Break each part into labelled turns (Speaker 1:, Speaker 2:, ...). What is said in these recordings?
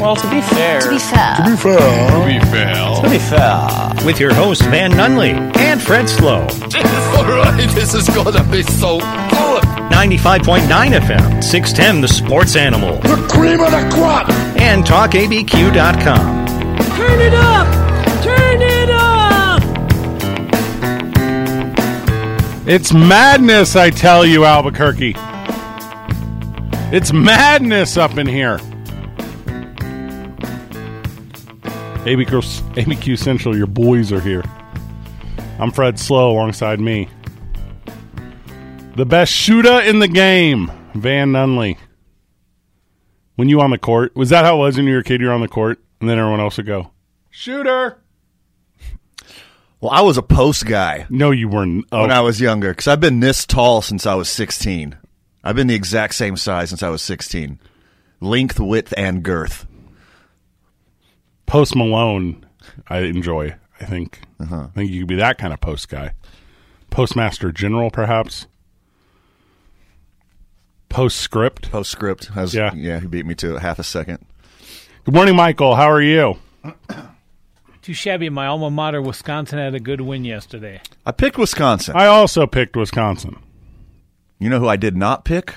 Speaker 1: Well, to be fair.
Speaker 2: To be fair.
Speaker 3: To be fair.
Speaker 4: We fail.
Speaker 1: To be fair.
Speaker 5: with your host Van Nunley and Fred Slow,
Speaker 4: All right, this is gonna be so good.
Speaker 5: 95.9 FM, 610 The Sports Animal,
Speaker 3: The cream of the crop.
Speaker 5: and TalkABQ.com.
Speaker 1: Turn it up! Turn it up!
Speaker 6: It's madness, I tell you, Albuquerque. It's madness up in here. ABQ, ABQ Central, your boys are here. I'm Fred Slow alongside me. The best shooter in the game, Van Nunley. When you on the court, was that how it was when you were a kid? You're on the court, and then everyone else would go, Shooter!
Speaker 7: Well, I was a post guy
Speaker 6: No, you weren't. Oh,
Speaker 7: when I was younger because I've been this tall since I was 16. I've been the exact same size since I was 16. Length, width, and girth.
Speaker 6: Post Malone, I enjoy. I think. I think you could be that kind of post guy. Postmaster General, perhaps. Postscript.
Speaker 7: Postscript has
Speaker 6: Yeah.
Speaker 7: yeah. he beat me to half a second.
Speaker 6: Good morning, Michael. How are you?
Speaker 8: Too shabby. My alma mater, Wisconsin, had a good win yesterday.
Speaker 7: I picked Wisconsin.
Speaker 6: I also picked Wisconsin.
Speaker 7: you know who I did not pick?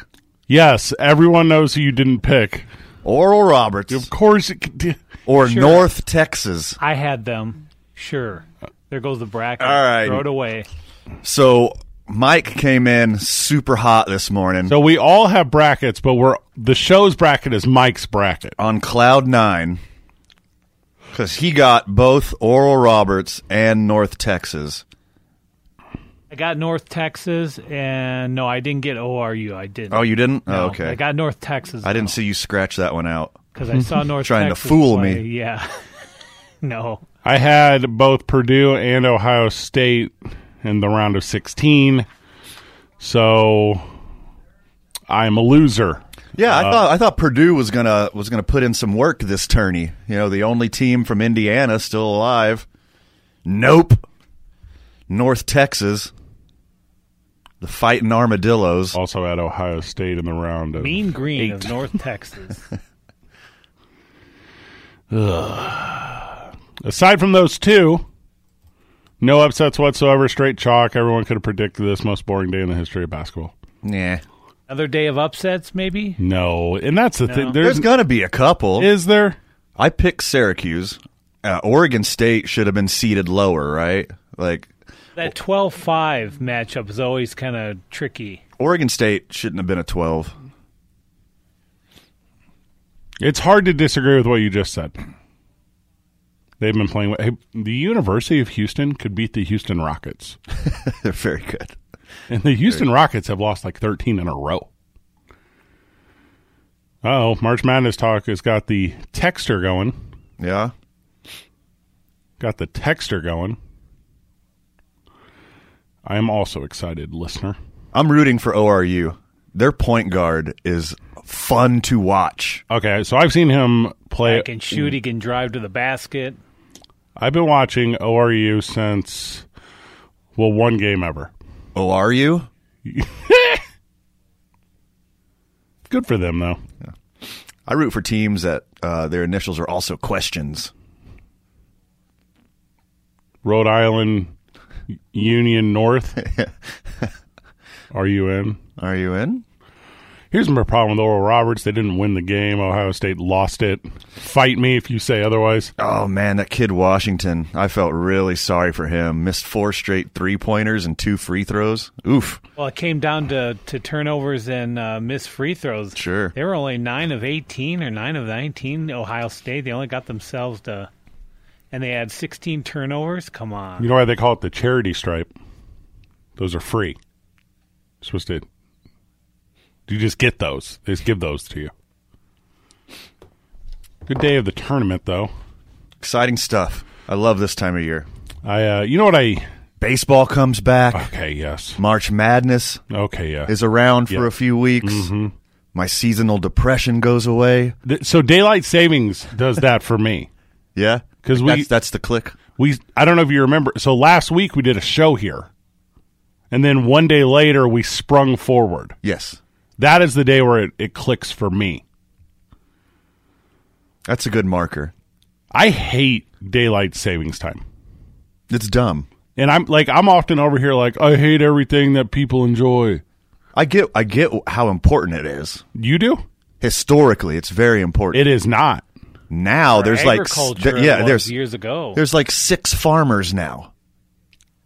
Speaker 6: Yes, everyone knows who you didn't pick.
Speaker 7: Oral Roberts
Speaker 6: Of course, it could be-
Speaker 7: or North Texas.
Speaker 8: I had them. Sure. There goes the bracket.
Speaker 7: All right.
Speaker 8: Throw it away.
Speaker 7: So Mike came in super hot this morning
Speaker 6: so we all have brackets, but we're the show's bracket is Mike's bracket.
Speaker 7: on cloud nine because he got both Oral Roberts and North Texas.
Speaker 8: I got North Texas, and no, I didn't get ORU. I didn't.
Speaker 7: Oh, you didn't?
Speaker 8: No,
Speaker 7: oh, okay.
Speaker 8: I got North Texas.
Speaker 7: I didn't see you scratch that one out.
Speaker 8: because I saw North
Speaker 7: Trying to
Speaker 8: Texas
Speaker 7: fool
Speaker 8: play.
Speaker 7: me.
Speaker 8: Yeah. no.
Speaker 6: I had both Purdue and Ohio State in the round of 16. So I'm a loser.
Speaker 7: Yeah, I thought I thought Purdue was gonna was gonna put in some work this tourney. You know, the only team from Indiana still alive. Nope. North Texas, the fighting armadillos.
Speaker 6: Also had Ohio State in the round of
Speaker 8: Mean Green of North Texas.
Speaker 6: Aside from those two, no upsets whatsoever, straight chalk. Everyone could have predicted this most boring day in the history of basketball.
Speaker 7: Nah,
Speaker 8: Another day of upsets, maybe?
Speaker 6: No, and that's the thing. There's,
Speaker 7: there's gonna be a couple.
Speaker 6: is there?
Speaker 7: I picked Syracuse. Uh, Oregon State should have been seated lower, right? Like
Speaker 8: That 12 5 matchup is always kind of tricky.
Speaker 7: Oregon State shouldn't have been a twelve.
Speaker 6: It's hard to disagree with what you just said. They've been playing. Hey, the University of Houston could beat the Houston Rockets.
Speaker 7: They're very good.
Speaker 6: And the Houston Rockets have lost like 13 in a row. Oh, March Madness talk has got the texter going.
Speaker 7: Yeah.
Speaker 6: Got the texter going. I am also excited, listener.
Speaker 7: I'm rooting for ORU. Their point guard is fun to watch.
Speaker 6: Okay, so I've seen him play.
Speaker 8: He can shoot, he can drive to the basket.
Speaker 6: I've been watching ORU since, well, one game ever.
Speaker 7: Oh, are you?
Speaker 6: Good for them, though.
Speaker 7: I root for teams that uh, their initials are also questions.
Speaker 6: Rhode Island Union North. Are you in?
Speaker 7: Are you in?
Speaker 6: Here's my problem with Oral Roberts. They didn't win the game. Ohio State lost it. Fight me if you say otherwise.
Speaker 7: Oh man, that kid Washington. I felt really sorry for him. Missed four straight three pointers and two free throws. Oof.
Speaker 8: Well, it came down to, to turnovers and uh, missed free throws.
Speaker 7: Sure.
Speaker 8: They were only 9 of 18 or 9 of 19, Ohio State. They only got themselves to, and they had 16 turnovers. Come on.
Speaker 6: You know why they call it the charity stripe? Those are free. You're supposed to. You just get those. They just give those to you. Good day of the tournament, though.
Speaker 7: Exciting stuff. I love this time of year.
Speaker 6: I, uh, you know what I?
Speaker 7: Baseball comes back.
Speaker 6: Okay, yes.
Speaker 7: March Madness
Speaker 6: Okay, yeah.
Speaker 7: is around for
Speaker 6: Yeah. Mm-hmm.
Speaker 7: a few weeks. My seasonal depression goes away.
Speaker 6: Th- so daylight savings does that for me
Speaker 7: Yeah,
Speaker 6: 'Cause we-
Speaker 7: that's, that's the click.
Speaker 6: we i don't know if you remember so last week we did a show here and then one day later we sprung forward
Speaker 7: Yes.
Speaker 6: that is the day where it, it clicks for me
Speaker 7: That's a good marker.
Speaker 6: I hate daylight savings time.
Speaker 7: It's dumb.
Speaker 6: And I'm like I'm often over here like I hate everything that people enjoy.
Speaker 7: I get I get how important it is.
Speaker 6: You do?
Speaker 7: Historically, it's very important.
Speaker 6: It is not.
Speaker 7: now
Speaker 8: For
Speaker 7: there's like s-
Speaker 8: agriculture,
Speaker 7: there- yeah,
Speaker 8: it was
Speaker 7: there's
Speaker 8: years ago.
Speaker 7: there's like six farmers now.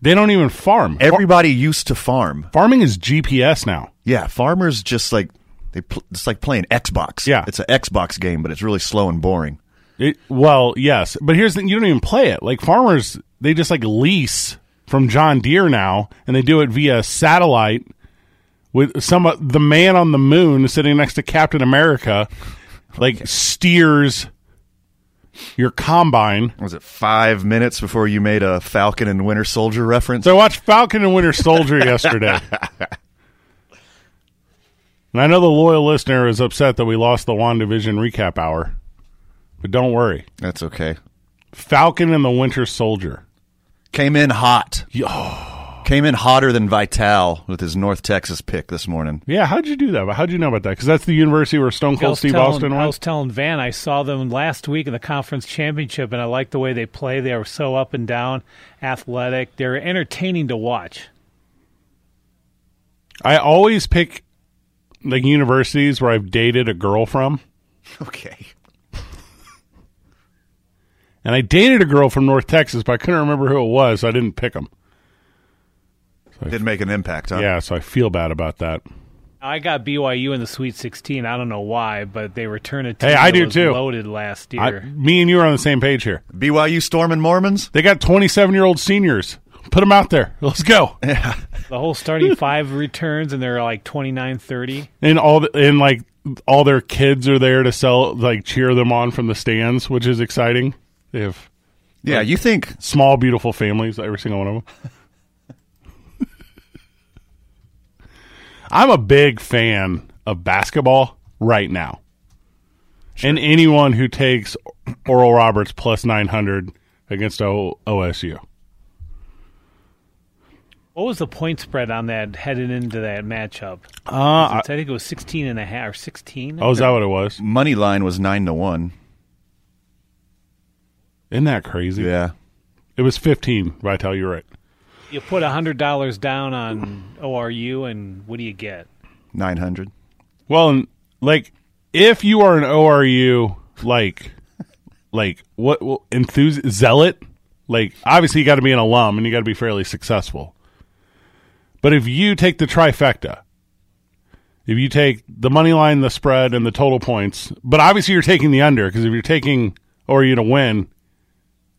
Speaker 6: They don't even farm.
Speaker 7: Everybody used to farm.
Speaker 6: Farming is GPS now.
Speaker 7: Yeah, farmers just like they pl- it's like playing Xbox.
Speaker 6: Yeah.
Speaker 7: it's an Xbox game, but it's really slow and boring.
Speaker 6: It, well, yes, but here's the, you don't even play it. Like farmers, they just like lease from John Deere now, and they do it via satellite with some the man on the moon sitting next to Captain America, like steers your combine.
Speaker 7: Was it five minutes before you made a Falcon and Winter Soldier reference?
Speaker 6: So I watched Falcon and Winter Soldier yesterday. And I know the loyal listener is upset that we lost the WandaVision recap hour, but don't worry.
Speaker 7: That's okay.
Speaker 6: Falcon and the Winter Soldier.
Speaker 7: Came in hot. Came in hotter than Vital with his North Texas pick this morning.
Speaker 6: Yeah, how'd you do that? How'd you know about that? Because that's the university where Stone
Speaker 8: I
Speaker 6: Cold
Speaker 8: was
Speaker 6: Steve
Speaker 8: telling-
Speaker 6: Austin
Speaker 8: I
Speaker 6: was.
Speaker 8: was telling Van I saw them last week in the conference championship, and I liked the way they play. They were so up and down, athletic. They're entertaining to watch.
Speaker 6: I always pick like universities where I've dated a girl from,
Speaker 7: Okay.
Speaker 6: and I dated a girl from North Texas, but I couldn't remember who it was. So I didn't pick them.
Speaker 7: Did make an impact, huh?
Speaker 6: Yeah, so I feel bad about that.
Speaker 8: I got BYU in the Sweet 16. I don't know why, but they returned a team
Speaker 6: Hey, I
Speaker 8: that
Speaker 6: do
Speaker 8: was
Speaker 6: too.
Speaker 8: loaded last
Speaker 6: I,
Speaker 8: year.
Speaker 6: me and you are on the same page here.
Speaker 7: BYU Storming Mormons?
Speaker 6: They got twenty-seven-year-old seniors. Put them out there. Let's go.
Speaker 8: the whole starting five returns, and they're like 29, 30.
Speaker 6: and all the, and like all their kids are there to sell like cheer them on from the stands, which is exciting. They have
Speaker 7: Yeah, you think
Speaker 6: small, beautiful families, every single one of them. I'm a big fan of basketball right now. And anyone who takes Oral Roberts plus 900 against o- OSU.
Speaker 8: What was the point spread on that headed into that matchup?
Speaker 6: Uh, I,
Speaker 8: I think it was 16 and a half or 16.
Speaker 6: oh, is that what it was?
Speaker 7: money line was nine to one.
Speaker 6: Isn't that crazy?
Speaker 7: Yeah.
Speaker 6: It was 15, Vital, you're right.
Speaker 8: You put $100 down on ORU, and what do you get?
Speaker 7: Nine hundred.
Speaker 6: Well, and, like if you are an ORU like like what well, enthusi zealot, like obviously you got to be an alum and you got to be fairly successful. But if you take the trifecta, if you take the money line, the spread, and the total points, but obviously you're taking the under because if you're taking ORU to win,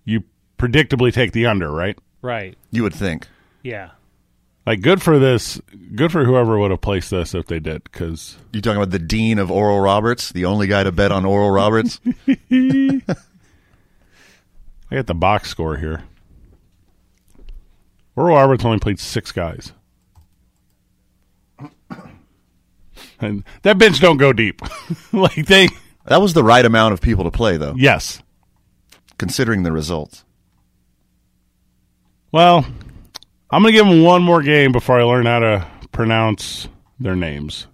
Speaker 6: you predictably take the under, right?
Speaker 8: Right.
Speaker 7: You would think.
Speaker 8: Yeah.
Speaker 6: Like good for this, good for whoever would have placed this if they did, because
Speaker 7: You talking about the dean of Oral Roberts, the only guy to bet on Oral Roberts?
Speaker 6: I got the box score here. Oral Roberts only played six guys. And that bench don't go deep. like they
Speaker 7: that was the right amount of people to play, though,
Speaker 6: Yes.
Speaker 7: considering the results.
Speaker 6: Well, I'm gonna give them one more game before I learn how to pronounce their names.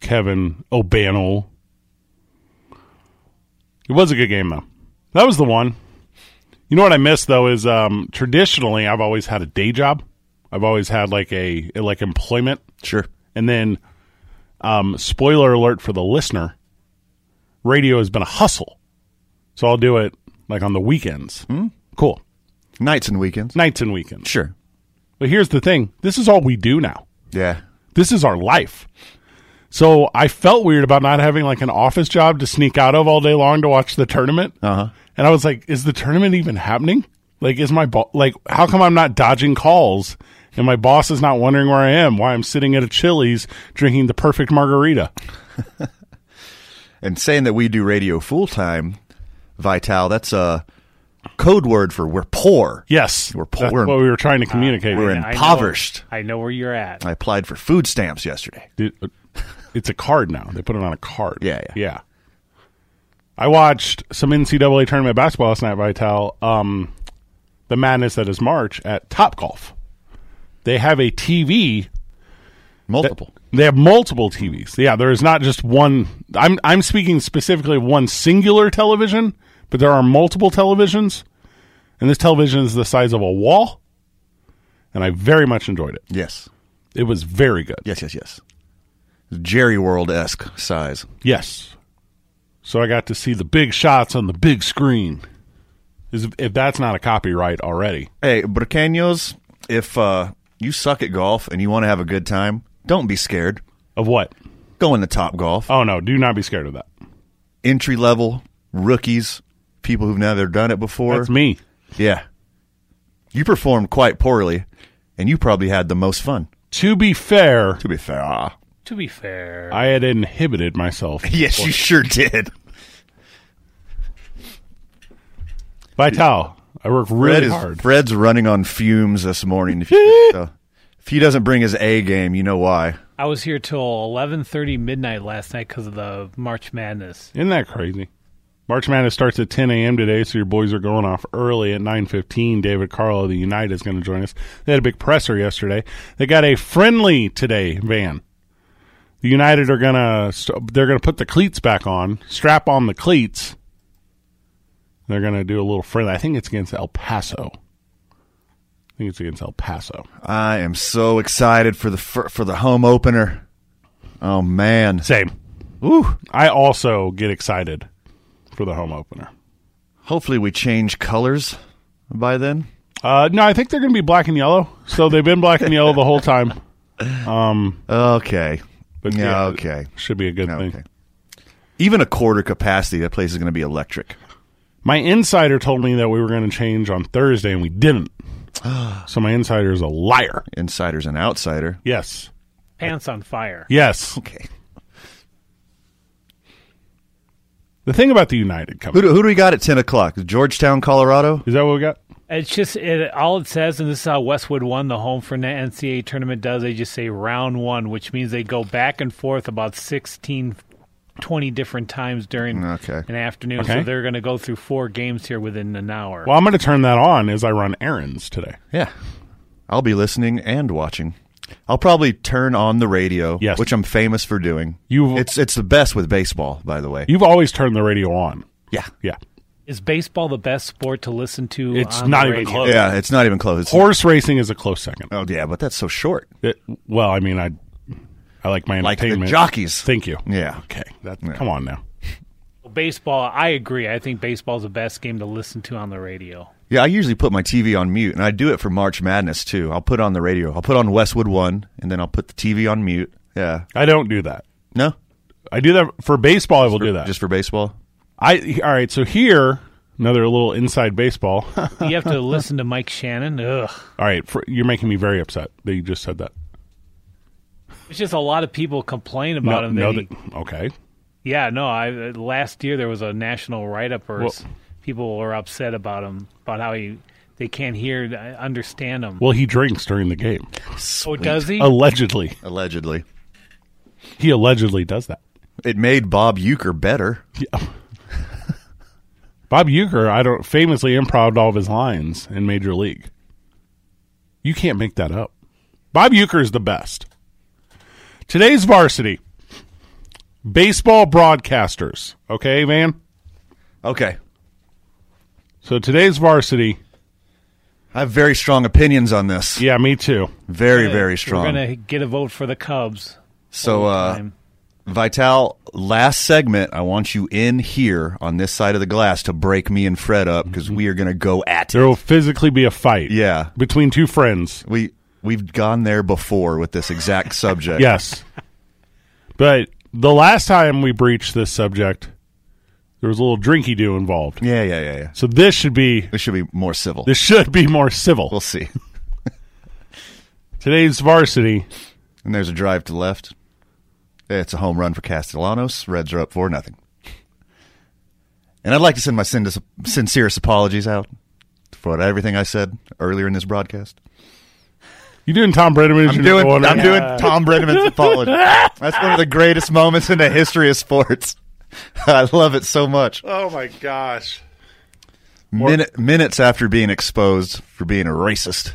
Speaker 6: Kevin O'Banel. It was a good game though. That was the one. You know what I miss though is um, traditionally I've always had a day job. I've always had like a like employment,
Speaker 7: Sure.
Speaker 6: and then um, spoiler alert for the listener: radio has been a hustle. So I'll do it like on the weekends. Cool
Speaker 7: Nights and weekends.
Speaker 6: nights and weekends.
Speaker 7: Sure.
Speaker 6: But here's the thing this is all we do now.
Speaker 7: Yeah.
Speaker 6: This is our life. So I felt weird about not having like an office job to sneak out of all day long to watch the tournament.
Speaker 7: Uh-huh.
Speaker 6: And I was like, is the tournament even happening? Like, is my bo- like, how come I'm not dodging calls and my boss is not wondering where I am, why I'm sitting at a Chili's drinking the perfect margarita?
Speaker 7: And saying that we do radio full time, Vital, that's a code word for we're poor.
Speaker 6: Yes,
Speaker 7: We're poor. Ah,
Speaker 6: that's what we were trying to communicate.
Speaker 7: We're
Speaker 8: I know-
Speaker 7: impoverished.
Speaker 8: I know where you're at.
Speaker 7: I applied for food stamps yesterday.
Speaker 6: Dude, uh, it's a card now. They put it on a card.
Speaker 7: Yeah, yeah.
Speaker 6: yeah. I watched some NCAA tournament basketball last night. Vital, um, the madness that is March at Top Golf. They have a TV
Speaker 7: Multiple.
Speaker 6: They have multiple TVs. Yeah, there is not just one. I'm I'm speaking specifically of one singular television, but there are multiple televisions, and this television is the size of a wall. And I very much enjoyed it.
Speaker 7: Yes.
Speaker 6: It was very good.
Speaker 7: Yes, yes, yes. Jerry World esque size.
Speaker 6: Yes. So I got to see the big shots on the big screen. Is if that's not a copyright already.
Speaker 7: Hey, Bracanos, if uh, you suck at golf and you want to have a good time, don't be scared.
Speaker 6: Of what?
Speaker 7: Go into Top Golf.
Speaker 6: Oh no, do not be scared of that.
Speaker 7: Entry level, rookies, people who've never done it before.
Speaker 6: That's me.
Speaker 7: Yeah. You performed quite poorly, and you probably had the most fun.
Speaker 6: To be fair,
Speaker 7: To be fair. ah.
Speaker 8: To be fair,
Speaker 6: I had inhibited myself
Speaker 7: Yes, you sure did.
Speaker 6: Vital. I work
Speaker 7: Fred
Speaker 6: really
Speaker 7: is,
Speaker 6: hard.
Speaker 7: Fred's running on fumes this morning. If, you, so, if he doesn't bring his A game, you know why.
Speaker 8: I was here till 11:30 midnight last night because of the March Madness.
Speaker 6: Isn't that crazy? March Madness starts at 10 a.m. today, so your boys are going off early at 9:15. David Carl of the United is going to join us. They had a big presser yesterday. They got a friendly today, Van. The United are gonna st- they're gonna put the cleats back on, strap on the cleats. They're gonna do a little friendly. I think it's against El Paso. I think it's against El Paso.
Speaker 7: I am so excited for the for, for the home opener. Oh man,
Speaker 6: Same. Ooh, I also get excited for the home opener.
Speaker 7: hopefully we change colors by then.
Speaker 6: Uh, no, I think they're going to be black and yellow. So they've been black and yellow the whole time.
Speaker 7: Okay.
Speaker 6: But
Speaker 7: Yeah,
Speaker 6: yeah,
Speaker 7: okay.
Speaker 6: should be a good
Speaker 7: No,
Speaker 6: thing.
Speaker 7: okay. Even a quarter capacity, that place is going to be electric.
Speaker 6: My insider told me that we were going to change on Thursday, and we didn't. so my insider is a liar.
Speaker 7: Insider's an outsider.
Speaker 6: Yes,
Speaker 8: Pants on fire.
Speaker 6: yes.
Speaker 7: Okay.
Speaker 6: The thing about the United
Speaker 7: Who
Speaker 6: Company
Speaker 7: do, who do we got at 10 o'clock? Georgetown, Colorado?
Speaker 6: is that what we got?
Speaker 8: It's just it, all it says, and this is how Westwood won the home for the NCAA tournament. Does they just say round one, which means they go back and forth about 16, 20 different times during
Speaker 7: Okay.
Speaker 8: an afternoon.
Speaker 6: Okay.
Speaker 8: So they're going to go through four games here within an hour.
Speaker 6: Well, I'm going to turn that on as I run errands today.
Speaker 7: Yeah. I'll be listening and watching. I'll probably turn on the radio,
Speaker 6: Yes.
Speaker 7: which I'm famous for doing.
Speaker 6: You've-
Speaker 7: it's it's the best with baseball, by the way.
Speaker 6: You've always turned the radio on.
Speaker 7: yeah.
Speaker 6: Yeah,
Speaker 8: Is baseball the best sport to listen to?
Speaker 6: It's
Speaker 8: on
Speaker 6: not
Speaker 8: the
Speaker 6: even
Speaker 8: radio?
Speaker 6: close.
Speaker 7: Yeah, it's not even close. It's-
Speaker 6: horse racing is a close second.
Speaker 7: oh yeah, but that's so short.
Speaker 6: It- well, I mean, I I like my
Speaker 7: Like the
Speaker 6: entertainment.
Speaker 7: jockeys.
Speaker 6: Thank you.
Speaker 7: Yeah.
Speaker 6: Okay. That, Come on now.
Speaker 8: Baseball, I agree. I think baseball's the best game to listen to on the radio.
Speaker 7: Yeah, I usually put my TV on mute, and I do it for March Madness too. I'll put on the radio. I'll put on Westwood One, and then I'll put the TV on mute. Yeah,
Speaker 6: I don't do that.
Speaker 7: no,
Speaker 6: I do that for baseball. I will do that.
Speaker 7: just for baseball.
Speaker 6: I all right. So here, another little inside baseball. all
Speaker 8: You have to listen to Mike Shannon. Ugh.
Speaker 6: right, for, you're making me very upset that you just said that.
Speaker 8: It's just a lot of people complain about him.
Speaker 6: no,
Speaker 8: that he-
Speaker 6: that- okay.
Speaker 8: Yeah, no. I uh, last year there was a national write-up where
Speaker 6: Well-
Speaker 8: s- people were upset about him about how he they can't hear uh, understand him.
Speaker 6: Well, he drinks during the game.
Speaker 8: oh, does he?
Speaker 6: Allegedly,
Speaker 7: Allegedly,
Speaker 6: he allegedly does that.
Speaker 7: it made Bob Euchre better.
Speaker 6: Bob Euchre, I don't famously improved all of his lines in Major League. You can't make that up. Bob Euchre is the best. Today's varsity baseball broadcasters. Okay, man.
Speaker 7: Okay,
Speaker 6: So today's varsity.
Speaker 7: I have very strong opinions on this.
Speaker 6: Yeah, me too.
Speaker 7: Very, very
Speaker 8: We're
Speaker 7: strong.
Speaker 8: gonna get a vote for the Cubs.
Speaker 7: so, uh,
Speaker 8: Time.
Speaker 7: Vital, last segment, I want you in here on this side of the glass to break me and Fred up because we are going to go at
Speaker 6: There will physically be a fight.
Speaker 7: Yeah.
Speaker 6: Between two friends.
Speaker 7: We we've gone there before with this exact subject.
Speaker 6: Yes. but the last time we breached this subject, there was a little drinky do involved.
Speaker 7: Yeah, yeah, yeah, yeah.
Speaker 6: So this should be
Speaker 7: This should be more civil.
Speaker 6: this should be more civil.
Speaker 7: we'll see.
Speaker 6: Today's varsity.
Speaker 7: And there's a drive to left. It's a home run for Castellanos. Reds are up four nothing. And I'd like to send my sin- sincerest apologies out for everything I said earlier in this broadcast.
Speaker 6: You doing Tom Brenneman?
Speaker 7: I'm doing, I'm doing Tom Brenneman's apology. That's one of the greatest moments in the history of sports. I love it so much.
Speaker 6: Oh my gosh.
Speaker 7: Minute, minutes after being exposed for being a racist.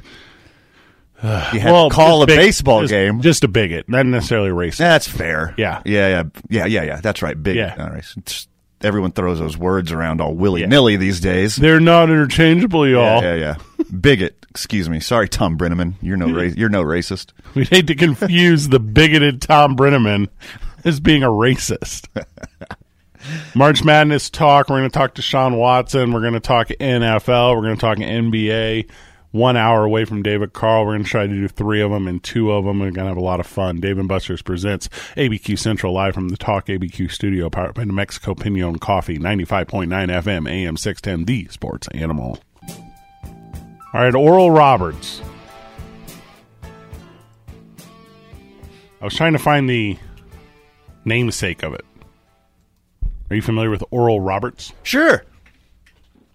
Speaker 7: You had to call a
Speaker 6: just big-
Speaker 7: baseball
Speaker 6: just-
Speaker 7: game.
Speaker 6: Just a bigot, not necessarily racist.
Speaker 7: That's fair.
Speaker 6: Yeah.
Speaker 7: Yeah, yeah. Yeah, yeah, yeah. That's right. Big.
Speaker 6: Yeah.
Speaker 7: All right. It's- Everyone throws those words around all willy-nilly these days.
Speaker 6: They're not interchangeable,
Speaker 7: Yeah,
Speaker 6: y'all.
Speaker 7: yeah, yeah. Bigot. Excuse me. Sorry, Tom Brenneman. You're no ra- you're no racist.
Speaker 6: We hate to confuse the bigoted Tom Brenneman as being a racist. March Madness talk. We're going to talk to Sean Watson. We're going to talk NFL. We're going to talk NBA. One hour away from David Carl. We're going to try to do three of them and two of them. We're going to have a lot of fun. Dave and Buster's presents ABQ Central live from the Talk ABQ studio, powered by New Mexico Pinion Coffee, 95.9 FM, AM 610, the sports animal. All right, Oral Roberts. I was trying to find the namesake of it. Are you familiar with Oral Roberts?
Speaker 7: Sure.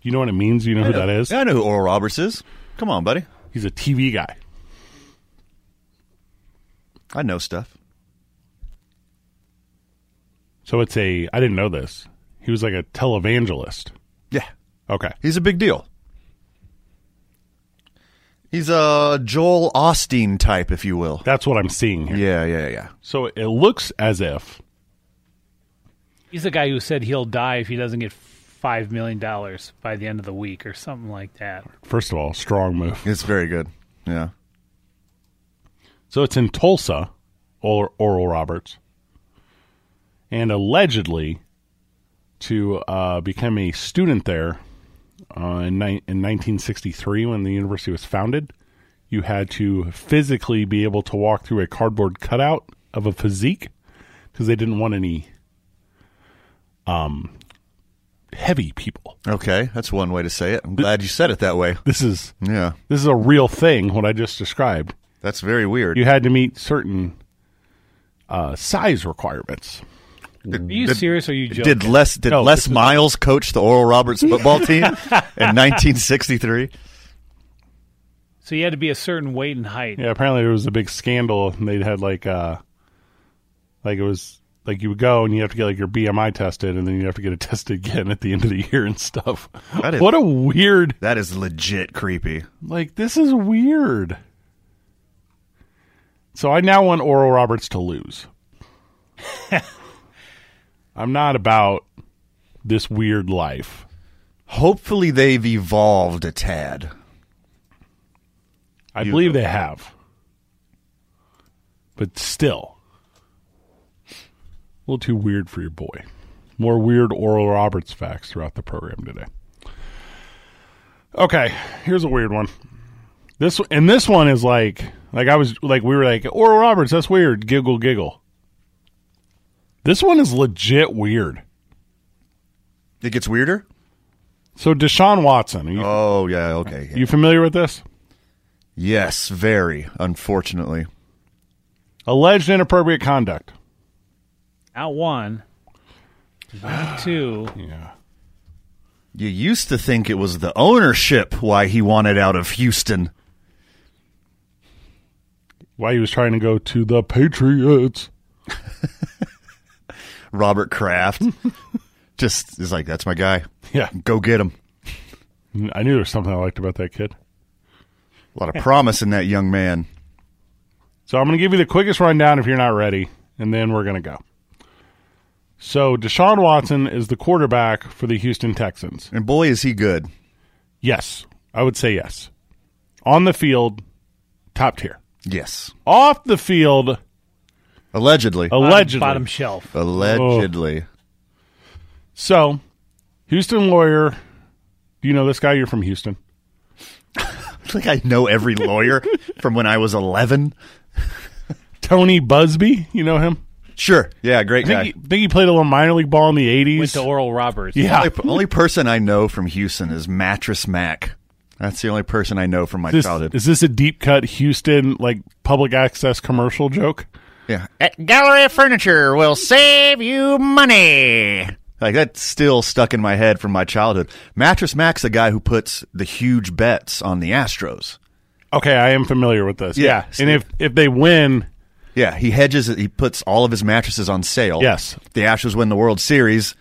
Speaker 6: You know what it means? You know who that is?
Speaker 7: Yeah, I know who Oral Roberts is. Come on, buddy.
Speaker 6: He's a TV guy.
Speaker 7: I know stuff.
Speaker 6: So it's a, I didn't know this. He was like a televangelist.
Speaker 7: Yeah.
Speaker 6: Okay.
Speaker 7: He's a big deal. He's a Joel Austin type, if you will.
Speaker 6: That's what I'm seeing here.
Speaker 7: Yeah, yeah, yeah.
Speaker 6: So it looks as if,
Speaker 8: He's the guy who said he'll die if he doesn't get five million dollars by the end of the week or something like that.
Speaker 6: first of all, strong move.
Speaker 7: It's very good. Yeah.
Speaker 6: So it's in Tulsa, or Oral Roberts, and allegedly to uh, become a student there uh, in, ni- in 1963 when the university was founded, you had to physically be able to walk through a cardboard cutout of a physique because they didn't want any um, heavy people.
Speaker 7: Okay, that's one way to say it. I'm glad you said it that way.
Speaker 6: This is
Speaker 7: Yeah,
Speaker 6: this is a real thing. What I just described.
Speaker 7: that's very weird.
Speaker 6: you had to meet certain uh, size requirements.
Speaker 8: Are you serious? Or are you joking?
Speaker 7: Did Les did
Speaker 6: No, this
Speaker 7: Les
Speaker 6: is-
Speaker 7: Miles coach the Oral Roberts football team in 1963?
Speaker 8: so you had to be a certain weight and height.
Speaker 6: Yeah, apparently there was a big scandal, and they had like, uh, like it was like you would go and you have to get like your BMI tested, and then you have to get it tested again at the end of the year and stuff.
Speaker 7: That is-
Speaker 6: what a weird!
Speaker 7: That is legit creepy.
Speaker 6: Like this is weird. So I now want Oral Roberts to lose. I'm not about this weird life.
Speaker 7: Hopefully, they've evolved a tad.
Speaker 6: I believe they have. But still, a little too weird for your boy. More weird Oral Roberts facts throughout the program today. Okay, here's a weird one. This and this one is like like I was like we were like Oral Roberts, that's weird. Giggle giggle. This one is legit weird.
Speaker 7: It gets weirder.
Speaker 6: So Deshaun Watson, are you,
Speaker 7: Oh yeah, okay.
Speaker 6: you familiar with this?
Speaker 7: Yes, very unfortunately.
Speaker 6: Alleged inappropriate conduct.
Speaker 8: Not one, not two.
Speaker 6: Yeah.
Speaker 7: You used to think it was the ownership why he wanted out of Houston.
Speaker 6: Why he was trying to go to the Patriots.
Speaker 7: Robert Kraft just is like, that's my guy.
Speaker 6: Yeah,
Speaker 7: Go get him.
Speaker 6: I knew there was something I liked about that kid.
Speaker 7: A lot of promise in that young man.
Speaker 6: So I'm going to give you the quickest rundown if you're not ready, and then we're going to go. So Deshaun Watson is the quarterback for the Houston Texans.
Speaker 7: And boy, is he good.
Speaker 6: Yes, I would say yes. On the field, top tier.
Speaker 7: Yes.
Speaker 6: Off the field,
Speaker 7: Allegedly.
Speaker 8: Bottom-
Speaker 6: allegedly.
Speaker 8: bottom shelf.
Speaker 7: Allegedly.
Speaker 6: So, Houston lawyer. Do you know this guy? You're from Houston.
Speaker 7: I think I know every lawyer from when I was 11.
Speaker 6: Tony Busby. You know him?
Speaker 7: Sure. Yeah, great
Speaker 6: I think,
Speaker 7: guy.
Speaker 6: he, think he played a little minor league ball in the 80s.
Speaker 8: Went to Oral Roberts.
Speaker 6: yeah.
Speaker 7: only, only person I know from Houston is Mattress Mac. That's the only person I know from my
Speaker 6: this,
Speaker 7: childhood.
Speaker 6: is this a deep cut Houston like public access commercial joke?
Speaker 7: yeah. At Gallery Furniture will save you money. Like that's still stuck in my head from my childhood. Mattress Mac's the guy who puts the huge bets on the Astros.
Speaker 6: Okay, I am familiar with this.
Speaker 7: Yeah,
Speaker 6: Yeah, and if if they win,
Speaker 7: Yeah, he hedges it. He puts all of his mattresses on sale.
Speaker 6: Yes.
Speaker 7: The Astros win the World Series.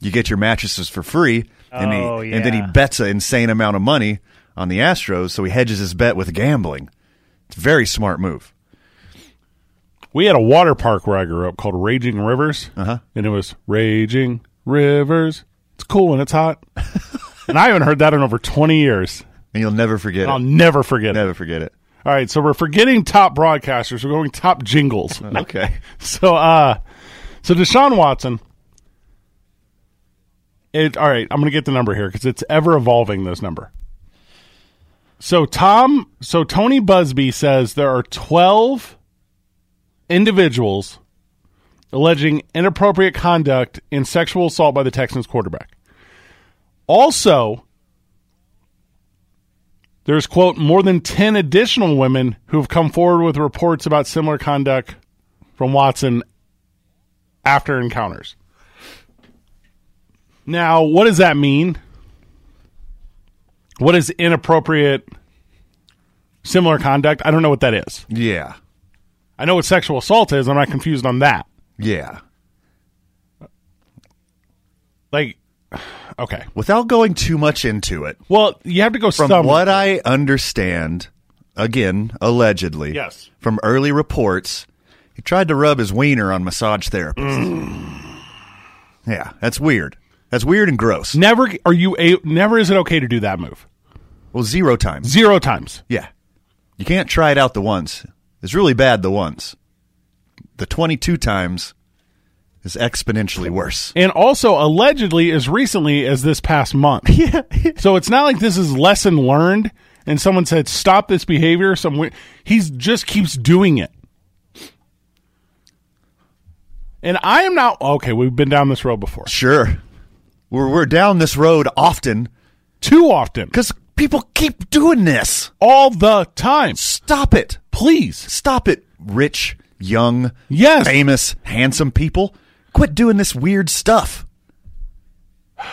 Speaker 7: You get your mattresses for free. And,
Speaker 8: Oh,
Speaker 7: he, and then he
Speaker 8: yeah.
Speaker 7: bets an insane amount of money on the Astros. So he hedges his bet with gambling. It's a very smart move.
Speaker 6: We had a water park where I grew up called Raging Rivers,
Speaker 7: Uh-huh.
Speaker 6: and it was Raging Rivers. It's cool and it's hot, and I haven't heard that in over twenty years.
Speaker 7: And you'll never forget
Speaker 6: I'll
Speaker 7: it.
Speaker 6: never forget it.
Speaker 7: Never forget it.
Speaker 6: All right, so we're forgetting top broadcasters. We're going top jingles.
Speaker 7: Okay.
Speaker 6: So, uh, so Deshaun Watson. It all right. I'm going to get the number here because it's ever evolving. This number. So Tom, so Tony Busby says there are 12 individuals alleging inappropriate conduct and sexual assault by the Texans quarterback. Also, there's quote more than 10 additional women who have come forward with reports about similar conduct from Watson after encounters. Now, what does that mean? What is inappropriate similar conduct? I don't know what that is.
Speaker 7: Yeah.
Speaker 6: I know what sexual assault is. I'm not confused on that.
Speaker 7: Yeah.
Speaker 6: Like, okay.
Speaker 7: Without going too much into it,
Speaker 6: Well, you have to go
Speaker 7: from
Speaker 6: some.
Speaker 7: what I understand, again, allegedly,
Speaker 6: Yes.
Speaker 7: from early reports, he tried to rub his wiener on massage therapists.
Speaker 6: Mm.
Speaker 7: Yeah, that's weird. That's weird and gross.
Speaker 6: Never are you a never is it okay to do that move?
Speaker 7: Well, zero times.
Speaker 6: Zero times.
Speaker 7: Yeah. You can't try it out the once. It's really bad the once. The 22 times is exponentially worse.
Speaker 6: And also allegedly as recently as this past month. Yeah. so it's not like this is lesson learned and someone said stop this behavior some we- he's just keeps doing it. And I am not okay, we've been down this road before.
Speaker 7: Sure. We're, we're down this road often
Speaker 6: Too often.
Speaker 7: because people keep doing this.
Speaker 6: All the time.
Speaker 7: Stop it.
Speaker 6: Please.
Speaker 7: Stop it, rich, young,
Speaker 6: Yes.
Speaker 7: famous, handsome people. Quit doing this weird stuff.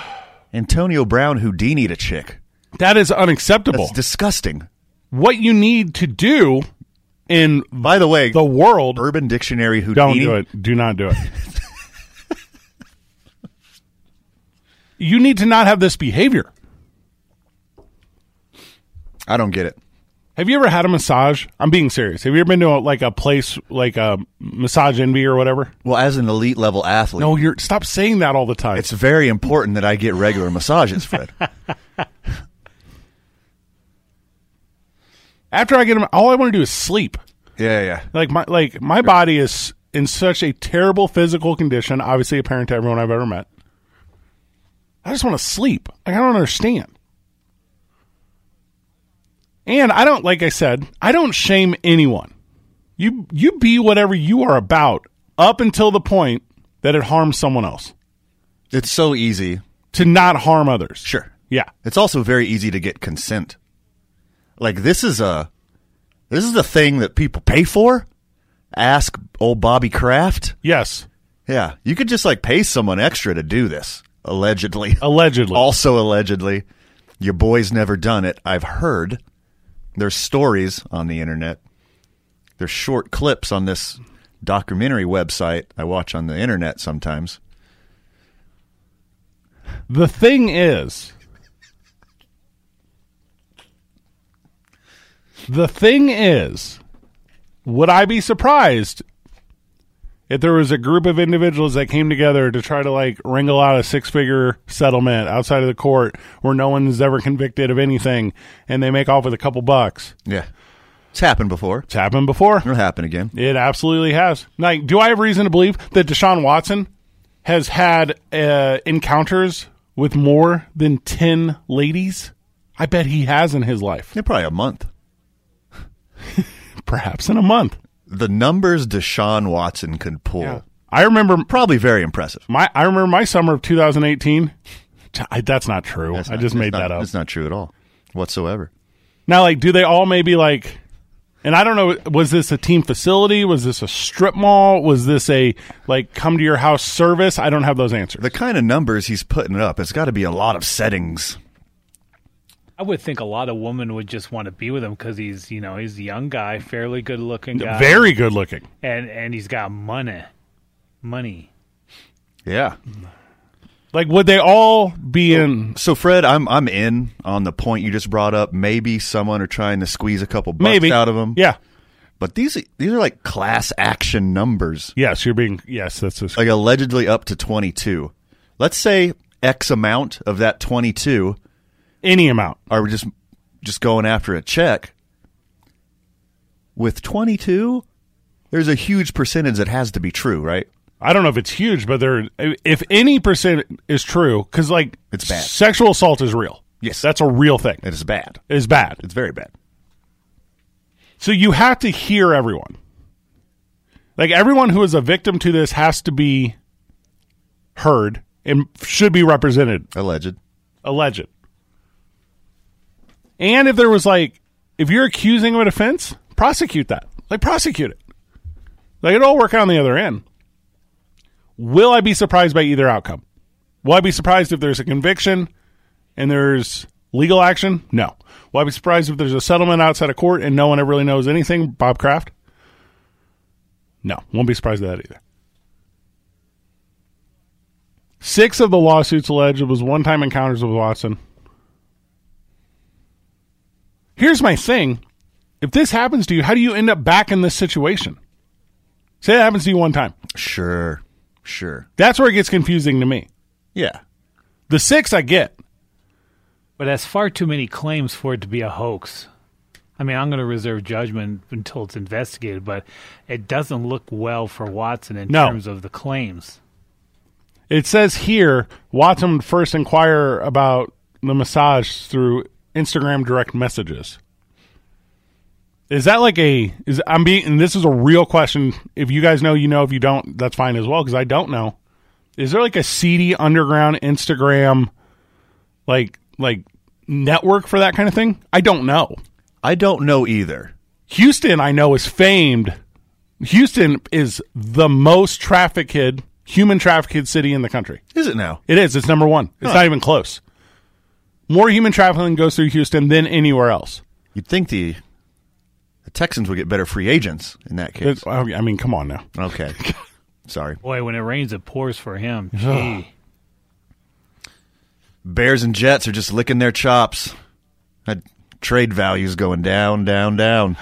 Speaker 7: Antonio Brown Houdini'd a chick.
Speaker 6: That is unacceptable.
Speaker 7: That's disgusting.
Speaker 6: what you need to do in
Speaker 7: By the way,
Speaker 6: the world
Speaker 7: Urban Dictionary
Speaker 6: Don't
Speaker 7: Houdini.
Speaker 6: do it. Do not do it. you need to not have this behavior.
Speaker 7: I don't get it.
Speaker 6: Have you ever had a massage? I'm being serious. Have you ever been to a, like a place like a massage envy or whatever?
Speaker 7: Well, as an elite level athlete,
Speaker 6: No, you're stop saying that all the time.
Speaker 7: it's very important that I get regular massages, Fred.
Speaker 6: After I get them, all I want to do is sleep.
Speaker 7: yeah, yeah.
Speaker 6: Like my like my body is in such a terrible physical condition. Obviously, apparent to everyone I've ever met. I just want to sleep. Like I don't understand. And I don't like I said, I don't shame anyone. You you be whatever you are about up until the point that it harms someone else.
Speaker 7: It's so easy.
Speaker 6: To not harm others.
Speaker 7: Sure.
Speaker 6: Yeah.
Speaker 7: It's also very easy to get consent. Like this is a this is the thing that people pay for. Ask old Bobby Kraft.
Speaker 6: Yes.
Speaker 7: Yeah, you could just like pay someone extra to do this. Allegedly,
Speaker 6: Allegedly.
Speaker 7: also allegedly, your boy's never done it. I've heard there's stories on the internet. There's short clips on this documentary website I watch on the internet sometimes.
Speaker 6: The thing is, the thing is, would I be surprised if there was a group of individuals that came together to try to like wrangle out a six figure settlement outside of the court where no one is ever convicted of anything and they make off with a couple bucks?
Speaker 7: Yeah, it's happened before.
Speaker 6: It's happened before.
Speaker 7: It'll happen again.
Speaker 6: It absolutely has. Like, do I have reason to believe that Deshaun Watson has had uh, encounters with more than ten ladies? I bet he has in his life,
Speaker 7: Yeah, probably a month.
Speaker 6: perhaps in a month.
Speaker 7: The numbers Deshaun Watson could pull
Speaker 6: I remember
Speaker 7: probably very impressive.
Speaker 6: my I remember my summer of 2018. T- I- that's not true.
Speaker 7: That's
Speaker 6: I
Speaker 7: not-
Speaker 6: just
Speaker 7: it's
Speaker 6: made
Speaker 7: not-
Speaker 6: that up.
Speaker 7: It's not true at all, whatsoever.
Speaker 6: Now, like, do they all maybe like? And I don't know. Was this a team facility? Was this a strip mall? Was this a like come to your house service? I don't have those answers.
Speaker 7: The kind of numbers he's putting up, it's got to be a lot of settings.
Speaker 8: I would think a lot of women would just want to be with him because he's, you know, he's a young guy, fairly good looking guy,
Speaker 6: Very good looking.
Speaker 8: and and he's got money, money.
Speaker 7: Yeah.
Speaker 6: Like, would they all be in?
Speaker 7: So Fred, I'm I'm in on the point you just brought up. Maybe someone are trying to squeeze a couple bucks
Speaker 6: Maybe
Speaker 7: out of them.
Speaker 6: Yeah.
Speaker 7: but these these are like class action numbers.
Speaker 6: Yes, you're being. Yes, that's just,
Speaker 7: Like allegedly up to 22. Let's say X amount of that 22
Speaker 6: any amount.
Speaker 7: are just just going after a check. With 22, there's a huge percentage that has to be true, right?
Speaker 6: I don't know if it's huge, but there. If any percent is true, because like
Speaker 7: It's bad.
Speaker 6: Sexual assault is real.
Speaker 7: Yes.
Speaker 6: that's a real thing.
Speaker 7: It is bad.
Speaker 6: It's bad.
Speaker 7: It's very bad.
Speaker 6: So you have to hear everyone. Like everyone who is a victim to this has to be heard and should be represented.
Speaker 7: Alleged.
Speaker 6: Alleged. And if there was like, if you're accusing of an offense, prosecute that. Like prosecute it. Like it'll all work out on the other end. Will I be surprised by either outcome? Will I be surprised if there's a conviction and there's legal action? No. Will I be surprised if there's a settlement outside of court and no one ever really knows anything? Bob Kraft? No. Won't be surprised at that either. Six of the lawsuits alleged was one time encounters with Watson. Here's my thing. If this happens to you, how do you end up back in this situation? Say that happens to you one time.
Speaker 7: Sure. Sure.
Speaker 6: That's where it gets confusing to me.
Speaker 7: Yeah.
Speaker 6: The six I get.
Speaker 8: But that's far too many claims for it to be a hoax. I mean, I'm going to reserve judgment until it's investigated, but it doesn't look well for Watson in
Speaker 6: No.
Speaker 8: terms of the claims.
Speaker 6: It says here Watson would first inquire about the massage through Instagram direct messages. Is that like a is I'm being and this is a real question. If you guys know, you know. If you don't, that's fine as well because I don't know. Is there like a seedy underground Instagram like like network for that kind of thing? I don't know.
Speaker 7: I don't know either.
Speaker 6: Houston, I know, is famed. Houston is the most trafficked human trafficked city in the country.
Speaker 7: Is it now?
Speaker 6: It is. It's number one. It's not even close. More human traveling goes through Houston than anywhere else.
Speaker 7: You'd think the the Texans would get better free agents in that case.
Speaker 6: It's- oh, I I mean, come on now.
Speaker 7: okay. Sorry.
Speaker 8: Boy, when it rains, it pours for him. Gee.
Speaker 7: Bears and Jets are just licking their chops. That trade value's going down, down, down.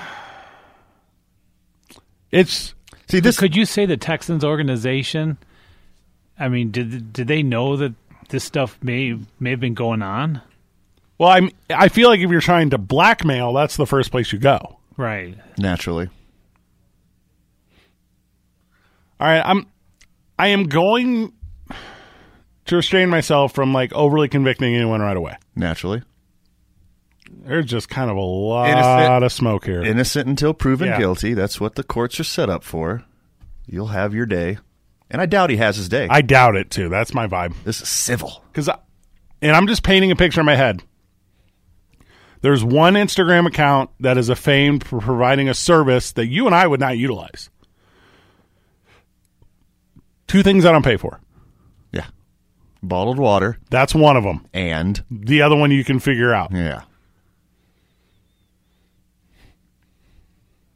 Speaker 6: It's
Speaker 7: See this
Speaker 8: Could you say the Texans organization? I mean, did did they know that this stuff may may have been going on?
Speaker 6: well, I'm. I feel like if you're trying to blackmail, that's the first place you go.
Speaker 8: Right.
Speaker 7: naturally.
Speaker 6: All right, I'm. I am going to restrain myself from like overly convicting anyone right away.
Speaker 7: Naturally.
Speaker 6: There's just kind of a lot
Speaker 7: Innocent-
Speaker 6: of smoke here.
Speaker 7: Innocent until proven
Speaker 6: Yeah.
Speaker 7: guilty. That's what the courts are set up for. You'll have your day. And I doubt he has his day.
Speaker 6: I doubt it too. That's my vibe.
Speaker 7: this is civil.
Speaker 6: because and I'm just painting a picture in my head. There's one Instagram account that is famed for providing a service that you and I would not utilize. Two things I don't pay for.
Speaker 7: Yeah. Bottled water
Speaker 6: That's one of them.
Speaker 7: and
Speaker 6: The other one you can figure out.
Speaker 7: yeah.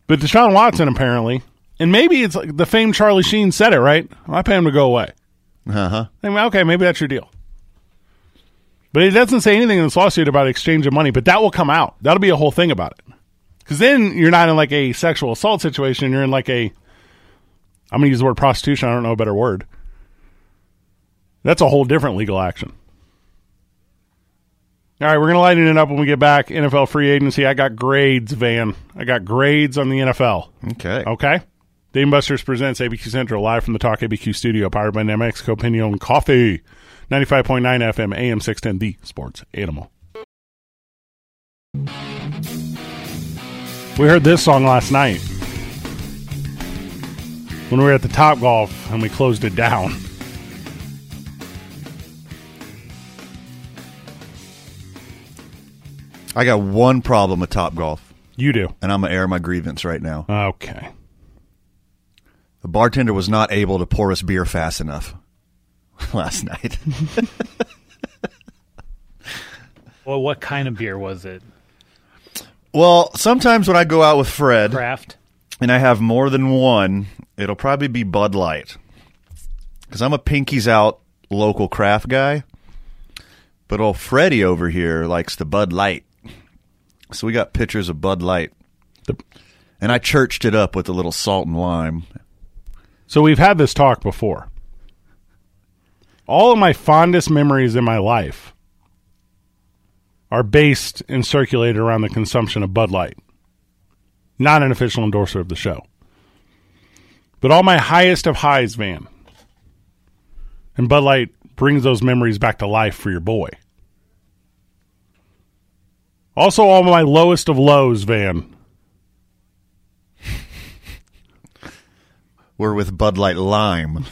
Speaker 6: But Deshaun Watson apparently, and maybe it's like the famed Charlie Sheen said it right. Well, I pay him to go away.
Speaker 7: Uh-huh.
Speaker 6: I mean, okay, maybe that's your deal. But it doesn't say anything in this lawsuit about exchange of money, but that will come out. That'll be a whole thing about it. Because then you're not in like a sexual assault situation. You're in like a, I'm going to use the word prostitution. I don't know a better word. That's a whole different legal action. All right, we're going to lighten it up when we get back. NFL free agency. I got grades, Van. I got grades on the NFL.
Speaker 7: Okay.
Speaker 6: Okay. Dave and Buster's presents ABQ Central live from the Talk ABQ studio, powered by Namexico Pinion Coffee, 95.9 FM, AM 610, the sports animal. We heard this song last night when we were at the Top Golf and we closed it down.
Speaker 7: I got one problem with Top Golf,
Speaker 6: You do.
Speaker 7: and I'm gonna air my grievance right now.
Speaker 6: Okay.
Speaker 7: The bartender was not able to pour us beer fast enough last night.
Speaker 8: Well, what kind of beer was it?
Speaker 7: well, sometimes when I go out with Fred
Speaker 8: Craft.
Speaker 7: and I have more than one, it'll probably be Bud Light. Because I'm a pinkies out local craft guy, but old Freddie over here likes the Bud Light. So we got pictures of Bud Light.
Speaker 6: Yep.
Speaker 7: And I churched it up with a little salt and lime.
Speaker 6: So we've had this talk before. All of my fondest memories in my life are based and circulated around the consumption of Bud Light. Not an official endorser of the show. But all my highest of highs, Van. And Bud Light brings those memories back to life for your boy. Also, all my lowest of lows, Van.
Speaker 7: We're with Bud Light Lime.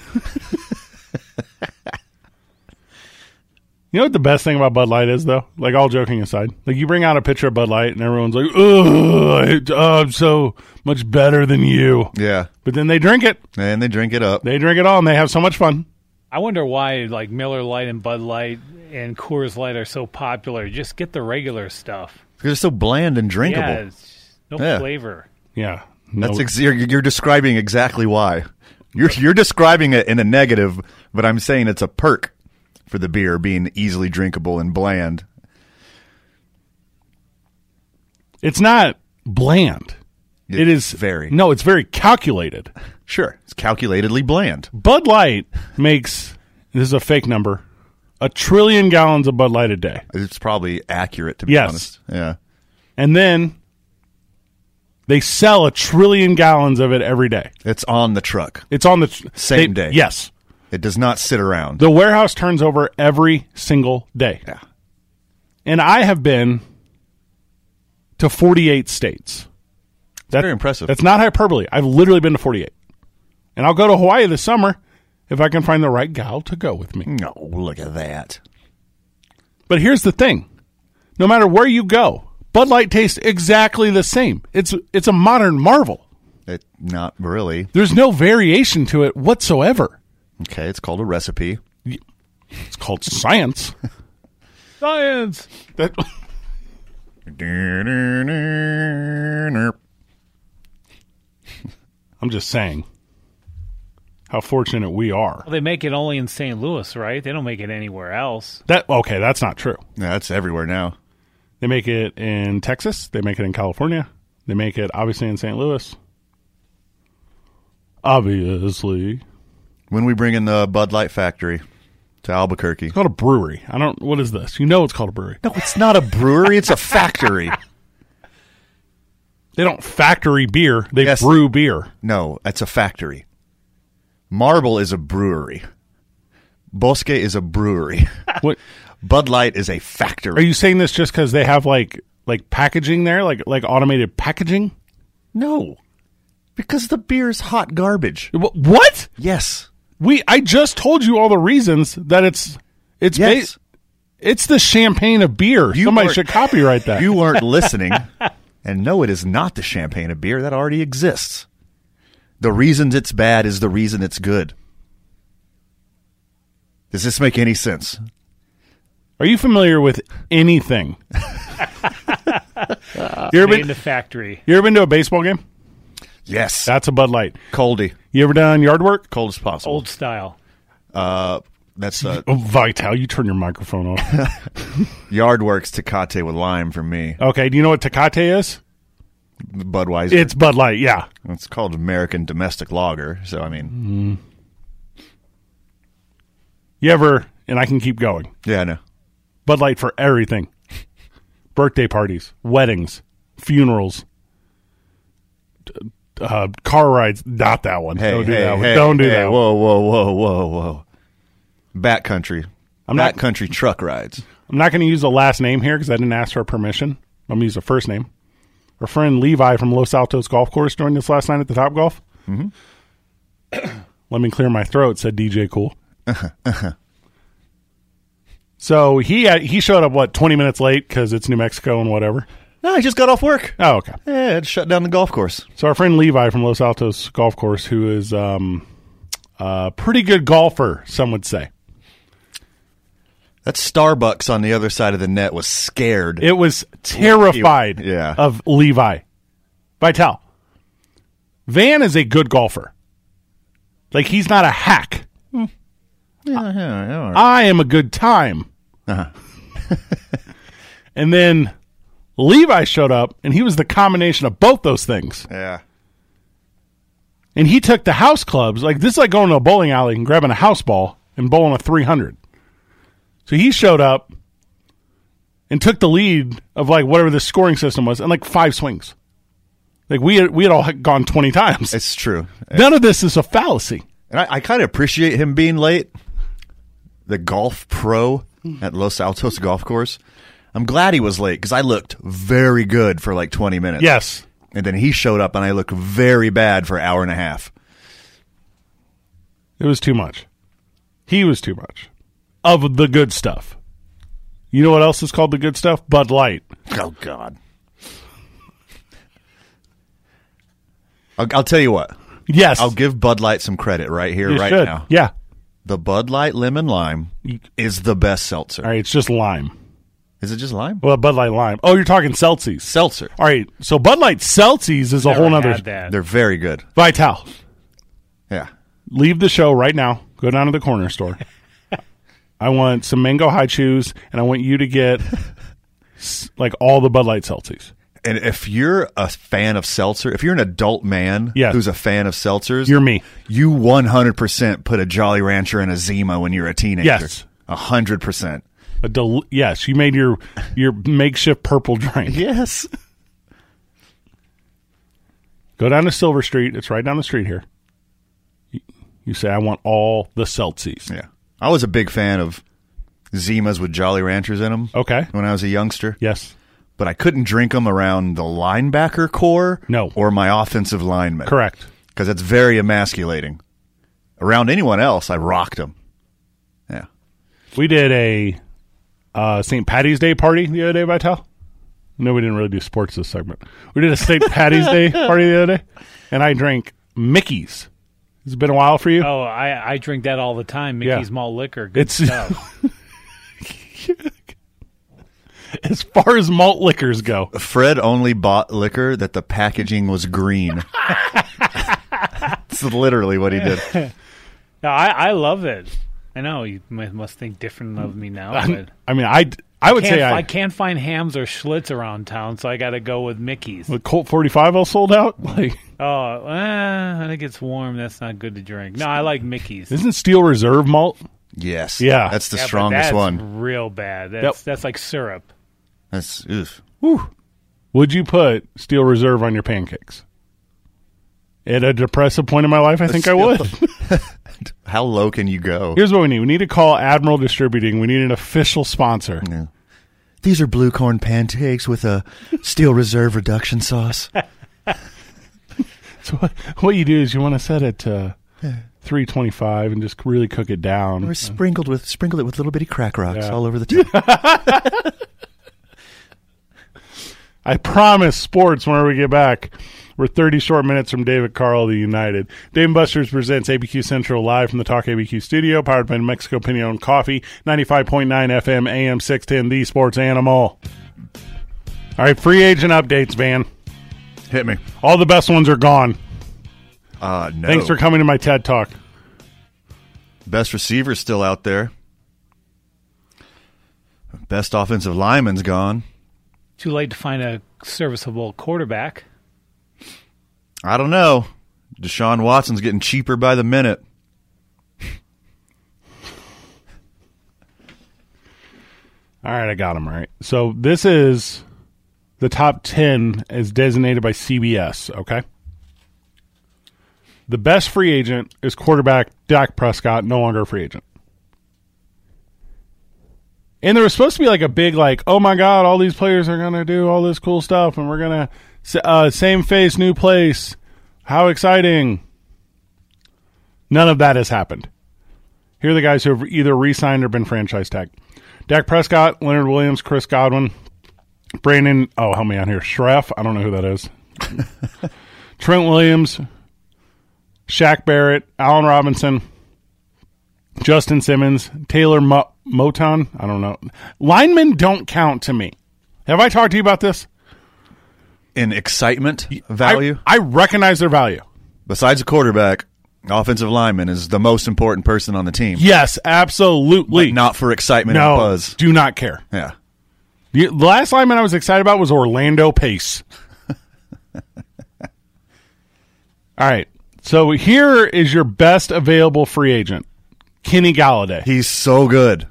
Speaker 6: You know what the best thing about Bud Light is, though? Like, all joking aside, like, you bring out a picture of Bud Light and everyone's like, ugh, I hate- oh, I'm so much better than you.
Speaker 7: Yeah.
Speaker 6: But then they drink it.
Speaker 7: And they drink it up.
Speaker 6: They drink it all and they have so much fun.
Speaker 8: I wonder why like Miller Light and Bud Light and Coors Light are so popular. Just get the regular stuff.
Speaker 7: They're so bland and drinkable.
Speaker 8: Yeah, it's no
Speaker 7: Yeah.
Speaker 8: flavor.
Speaker 6: Yeah. No-
Speaker 7: That's ex- you're, you're describing exactly why. You're you're describing it in a negative, but I'm saying it's a perk for the beer being easily drinkable and bland.
Speaker 6: it's not bland. It is
Speaker 7: very
Speaker 6: No, it's very calculated.
Speaker 7: sure. It's calculatedly bland.
Speaker 6: Bud Light makes, this is a fake number, a trillion gallons of Bud Light a day.
Speaker 7: It's probably accurate to be
Speaker 6: Yes.
Speaker 7: honest. Yeah,
Speaker 6: And then they sell a trillion gallons of it every day.
Speaker 7: it's on the truck.
Speaker 6: It's on the tr-
Speaker 7: Same
Speaker 6: they-
Speaker 7: day.
Speaker 6: Yes.
Speaker 7: It does not sit around.
Speaker 6: The warehouse turns over every single day.
Speaker 7: Yeah.
Speaker 6: And I have been to 48 states. That's
Speaker 7: very impressive.
Speaker 6: That's not hyperbole. I've literally been to 48. And I'll go to Hawaii this summer if I can find the right gal to go with me.
Speaker 7: No, look at that.
Speaker 6: But here's the thing. No matter where you go, Bud Light tastes exactly the same. It's it's a modern marvel.
Speaker 7: It not really.
Speaker 6: There's no variation to it whatsoever.
Speaker 7: Okay, it's called a recipe.
Speaker 6: It's called science.
Speaker 8: Science.
Speaker 6: That I'm just saying how fortunate we are.
Speaker 8: Well, they make it only in St. Louis, right? They don't make it anywhere else.
Speaker 6: That okay, that's not true.
Speaker 7: Yeah, that's everywhere now.
Speaker 6: They make it in Texas, they make it in California, they make it obviously in St. Louis. Obviously. It's
Speaker 7: When we bring in the Bud Light factory to Albuquerque.
Speaker 6: called a brewery. I don't what is this? You know it's called a brewery.
Speaker 7: No, it's not a brewery. It's a factory.
Speaker 6: They don't factory beer, they
Speaker 7: Yes.
Speaker 6: brew beer.
Speaker 7: No, it's a factory. Marble is a brewery. Bosque is a brewery.
Speaker 6: What
Speaker 7: Bud Light is a
Speaker 6: are
Speaker 7: factory.
Speaker 6: you saying this just cuz they have like like packaging there, like like automated packaging?
Speaker 7: no, because the beer is hot garbage.
Speaker 6: Wh- What?
Speaker 7: Yes.
Speaker 6: We I just told you all the reasons that it's it's ba-
Speaker 7: Yes.
Speaker 6: it's the champagne of beer.
Speaker 7: You
Speaker 6: Somebody
Speaker 7: are-
Speaker 6: should copyright that.
Speaker 7: You weren't listening. And no, it is not the champagne of beer that already exists. The reasons it's bad is the reason it's good. Does this make any sense?
Speaker 6: Are you familiar with anything? you ever
Speaker 8: Made in
Speaker 6: been
Speaker 8: the factory.
Speaker 6: you ever been to a baseball game?
Speaker 7: Yes.
Speaker 6: That's a Bud Light.
Speaker 7: Coldy.
Speaker 6: You ever done yard work?
Speaker 7: Cold as possible.
Speaker 8: Old style.
Speaker 7: Uh, that's uh,
Speaker 6: Oh, Vital, you turn your microphone off.
Speaker 7: Yard Works Tecate with lime for me.
Speaker 6: okay, do you know what Tecate is?
Speaker 7: Budweiser.
Speaker 6: It's Bud Light. Yeah,
Speaker 7: It's called American Domestic Lager. So I mean,
Speaker 6: you ever? And I can keep going.
Speaker 7: yeah, I know.
Speaker 6: Bud Light for everything: birthday parties, weddings, funerals, d- uh, car rides. Not that one.
Speaker 7: Hey,
Speaker 6: Don't do
Speaker 7: hey,
Speaker 6: that one.
Speaker 7: hey,
Speaker 6: Don't do
Speaker 7: hey,
Speaker 6: that one.
Speaker 7: Whoa, whoa, whoa, whoa, whoa. Backcountry.
Speaker 6: I'm not-
Speaker 7: Backcountry truck rides.
Speaker 6: I'm not going to use the last name here because I didn't ask for permission. I'm going to use the first name. Our friend Levi from Los Altos Golf Course joined us last night at the Top Golf. Mm-hmm. Let me clear my throat, said DJ Cool. so he had, he showed up what 20 minutes late because it's New Mexico and whatever.
Speaker 7: No, I just got off work.
Speaker 6: Oh, okay.
Speaker 7: Yeah, it shut down the golf course.
Speaker 6: So our friend Levi from Los Altos Golf Course, who is um, a pretty good golfer, some would say.
Speaker 7: That Starbucks on the other side of the net was scared.
Speaker 6: It was terrified
Speaker 7: Yeah.
Speaker 6: of Levi. Vital. Van is a good golfer. Like he's not a hack.
Speaker 7: Yeah, yeah, yeah, all right.
Speaker 6: I am a good time.
Speaker 7: Uh-huh.
Speaker 6: and then Levi showed up, and he was the combination of both those things.
Speaker 7: yeah.
Speaker 6: And he took the house clubs. Like this is like going to a bowling alley and grabbing a house ball and bowling a three hundred. So he showed up and took the lead of like whatever the scoring system was, and like five swings. Like we had, we had all had gone twenty times.
Speaker 7: It's true.
Speaker 6: None of this is a fallacy.
Speaker 7: And I, I kind of appreciate him being late. The golf pro at Los Altos Golf Course. I'm glad he was late because I looked very good for like 20 minutes.
Speaker 6: Yes,
Speaker 7: And then he showed up and I looked very bad for an hour and a half.
Speaker 6: it was too much. He was too much of the good stuff. You know what else is called the good stuff? Bud Light.
Speaker 7: Oh, God. I'll, I'll tell you what.
Speaker 6: Yes,
Speaker 7: I'll give Bud Light some credit right here,
Speaker 6: you
Speaker 7: right
Speaker 6: should.
Speaker 7: now.
Speaker 6: Yeah.
Speaker 7: The Bud Light Lemon Lime is the best seltzer.
Speaker 6: All right, it's just lime.
Speaker 7: Is it just lime?
Speaker 6: Well, Bud Light lime. Oh, you're talking Celsies.
Speaker 7: Seltzer.
Speaker 6: All right, so Bud Light Celsies is a whole
Speaker 8: Never
Speaker 6: nother
Speaker 8: had that.
Speaker 7: They're very good.
Speaker 6: Vital.
Speaker 7: Yeah.
Speaker 6: Leave the show right now. Go down to the corner store. I want some mango high chews, and I want you to get s- like all the Bud Light Celsies.
Speaker 7: And if you're a fan of seltzer, if you're an adult man
Speaker 6: Yes.
Speaker 7: who's a fan of seltzers,
Speaker 6: You're me.
Speaker 7: You 100% put a Jolly Rancher and a Zima when you're a teenager.
Speaker 6: Yes.
Speaker 7: 100%.
Speaker 6: A del- yes, you made your your makeshift purple drink.
Speaker 7: Yes.
Speaker 6: Go down to Silver Street. It's right down the street here. You- You say I want all the Celsies.
Speaker 7: Yeah. I was a big fan of Zimas with Jolly Ranchers in them
Speaker 6: Okay.
Speaker 7: when I was a youngster,
Speaker 6: Yes.
Speaker 7: but I couldn't drink them around the linebacker core
Speaker 6: No.
Speaker 7: or my offensive lineman.
Speaker 6: Correct.
Speaker 7: Because it's very emasculating. Around anyone else, I rocked them. Yeah.
Speaker 6: We did a uh, St. Patty's Day party the other day, Vital. No, we didn't really do sports this segment. We did a St. Patty's Day party the other day, and I drank Mickey's. It's been a while for you.
Speaker 8: Oh, I, I drink that all the time.
Speaker 6: Yeah.
Speaker 8: Mickey's malt liquor. Good
Speaker 6: it's
Speaker 8: stuff.
Speaker 6: as far as malt liquors go.
Speaker 7: Fred only bought liquor that the packaging was green. That's literally what he did.
Speaker 8: No, I, I love it. I know you mu- must think different of me now. But
Speaker 6: I mean, I I would
Speaker 8: can't,
Speaker 6: say
Speaker 8: I,
Speaker 6: I,
Speaker 8: can't find hams or Schlitz around town, so I got to go with Mickey's.
Speaker 6: the Colt forty five all sold out. Like,
Speaker 8: Oh, eh, when it gets warm, that's not good to drink. No, I like Mickey's.
Speaker 6: isn't Steel Reserve malt?
Speaker 7: Yes.
Speaker 6: Yeah.
Speaker 7: That's the
Speaker 8: Yeah, but
Speaker 7: strongest
Speaker 8: that's
Speaker 7: one.
Speaker 8: Real bad. That's that's like syrup.
Speaker 7: That's oof.
Speaker 6: Would you put Steel Reserve on your pancakes? At a depressive point in my life, I think I would.
Speaker 7: How low can you go?
Speaker 6: Here's what we need. We need to call Admiral Distributing. We need an official sponsor.
Speaker 7: Yeah. These are blue corn pancakes with a steel reserve reduction sauce.
Speaker 6: So what, what you do is you want to set it to 325 and just really cook it down.
Speaker 7: We're sprinkled with sprinkled it with little bitty crack rocks all over the top.
Speaker 6: I promise sports whenever we get back. We're 30 short minutes from David Carl, the United. Dave and Buster's presents ABQ Central live from the Talk ABQ studio, powered by New Mexico Pinion Coffee, 95.9 FM, AM 610, the sports animal. All right, free agent updates, Van.
Speaker 7: Hit me.
Speaker 6: All the best ones are gone.
Speaker 7: Uh no.
Speaker 6: Thanks for coming to my TED Talk.
Speaker 7: Best receiver's still out there. Best offensive lineman's gone.
Speaker 8: Too late to find a serviceable quarterback.
Speaker 7: I don't know. Deshaun Watson's getting cheaper by the minute.
Speaker 6: All right, I got them right. So this is the top 10 as designated by CBS, okay? The best free agent is quarterback Dak Prescott, no longer a free agent. And there was supposed to be like a big like, "Oh my god, all these players are going to do all this cool stuff and we're going to uh, same face, new place. How exciting." None of that has happened. Here are the guys who have either re signed or been franchise tagged Dak Prescott, Leonard Williams, Chris Godwin, Brandon. Oh, help me out here. Schreff. I don't know who that is. Trent Williams, Shaq Barrett, Allen Robinson, Justin Simmons, Taylor Mo- Moton. I don't know. Linemen don't count to me. Have I talked to you about this?
Speaker 7: in excitement value
Speaker 6: I, I recognize their value.
Speaker 7: besides a quarterback Offensive lineman is the most important person on the team.
Speaker 6: Yes,
Speaker 7: But
Speaker 6: absolutely.
Speaker 7: not for excitement
Speaker 6: no,
Speaker 7: and buzz.
Speaker 6: do not care.
Speaker 7: Yeah.
Speaker 6: The the last lineman I was excited about was Orlando Pace. All right. So here is your best available free agent, Kenny Galladay.
Speaker 7: He's so good.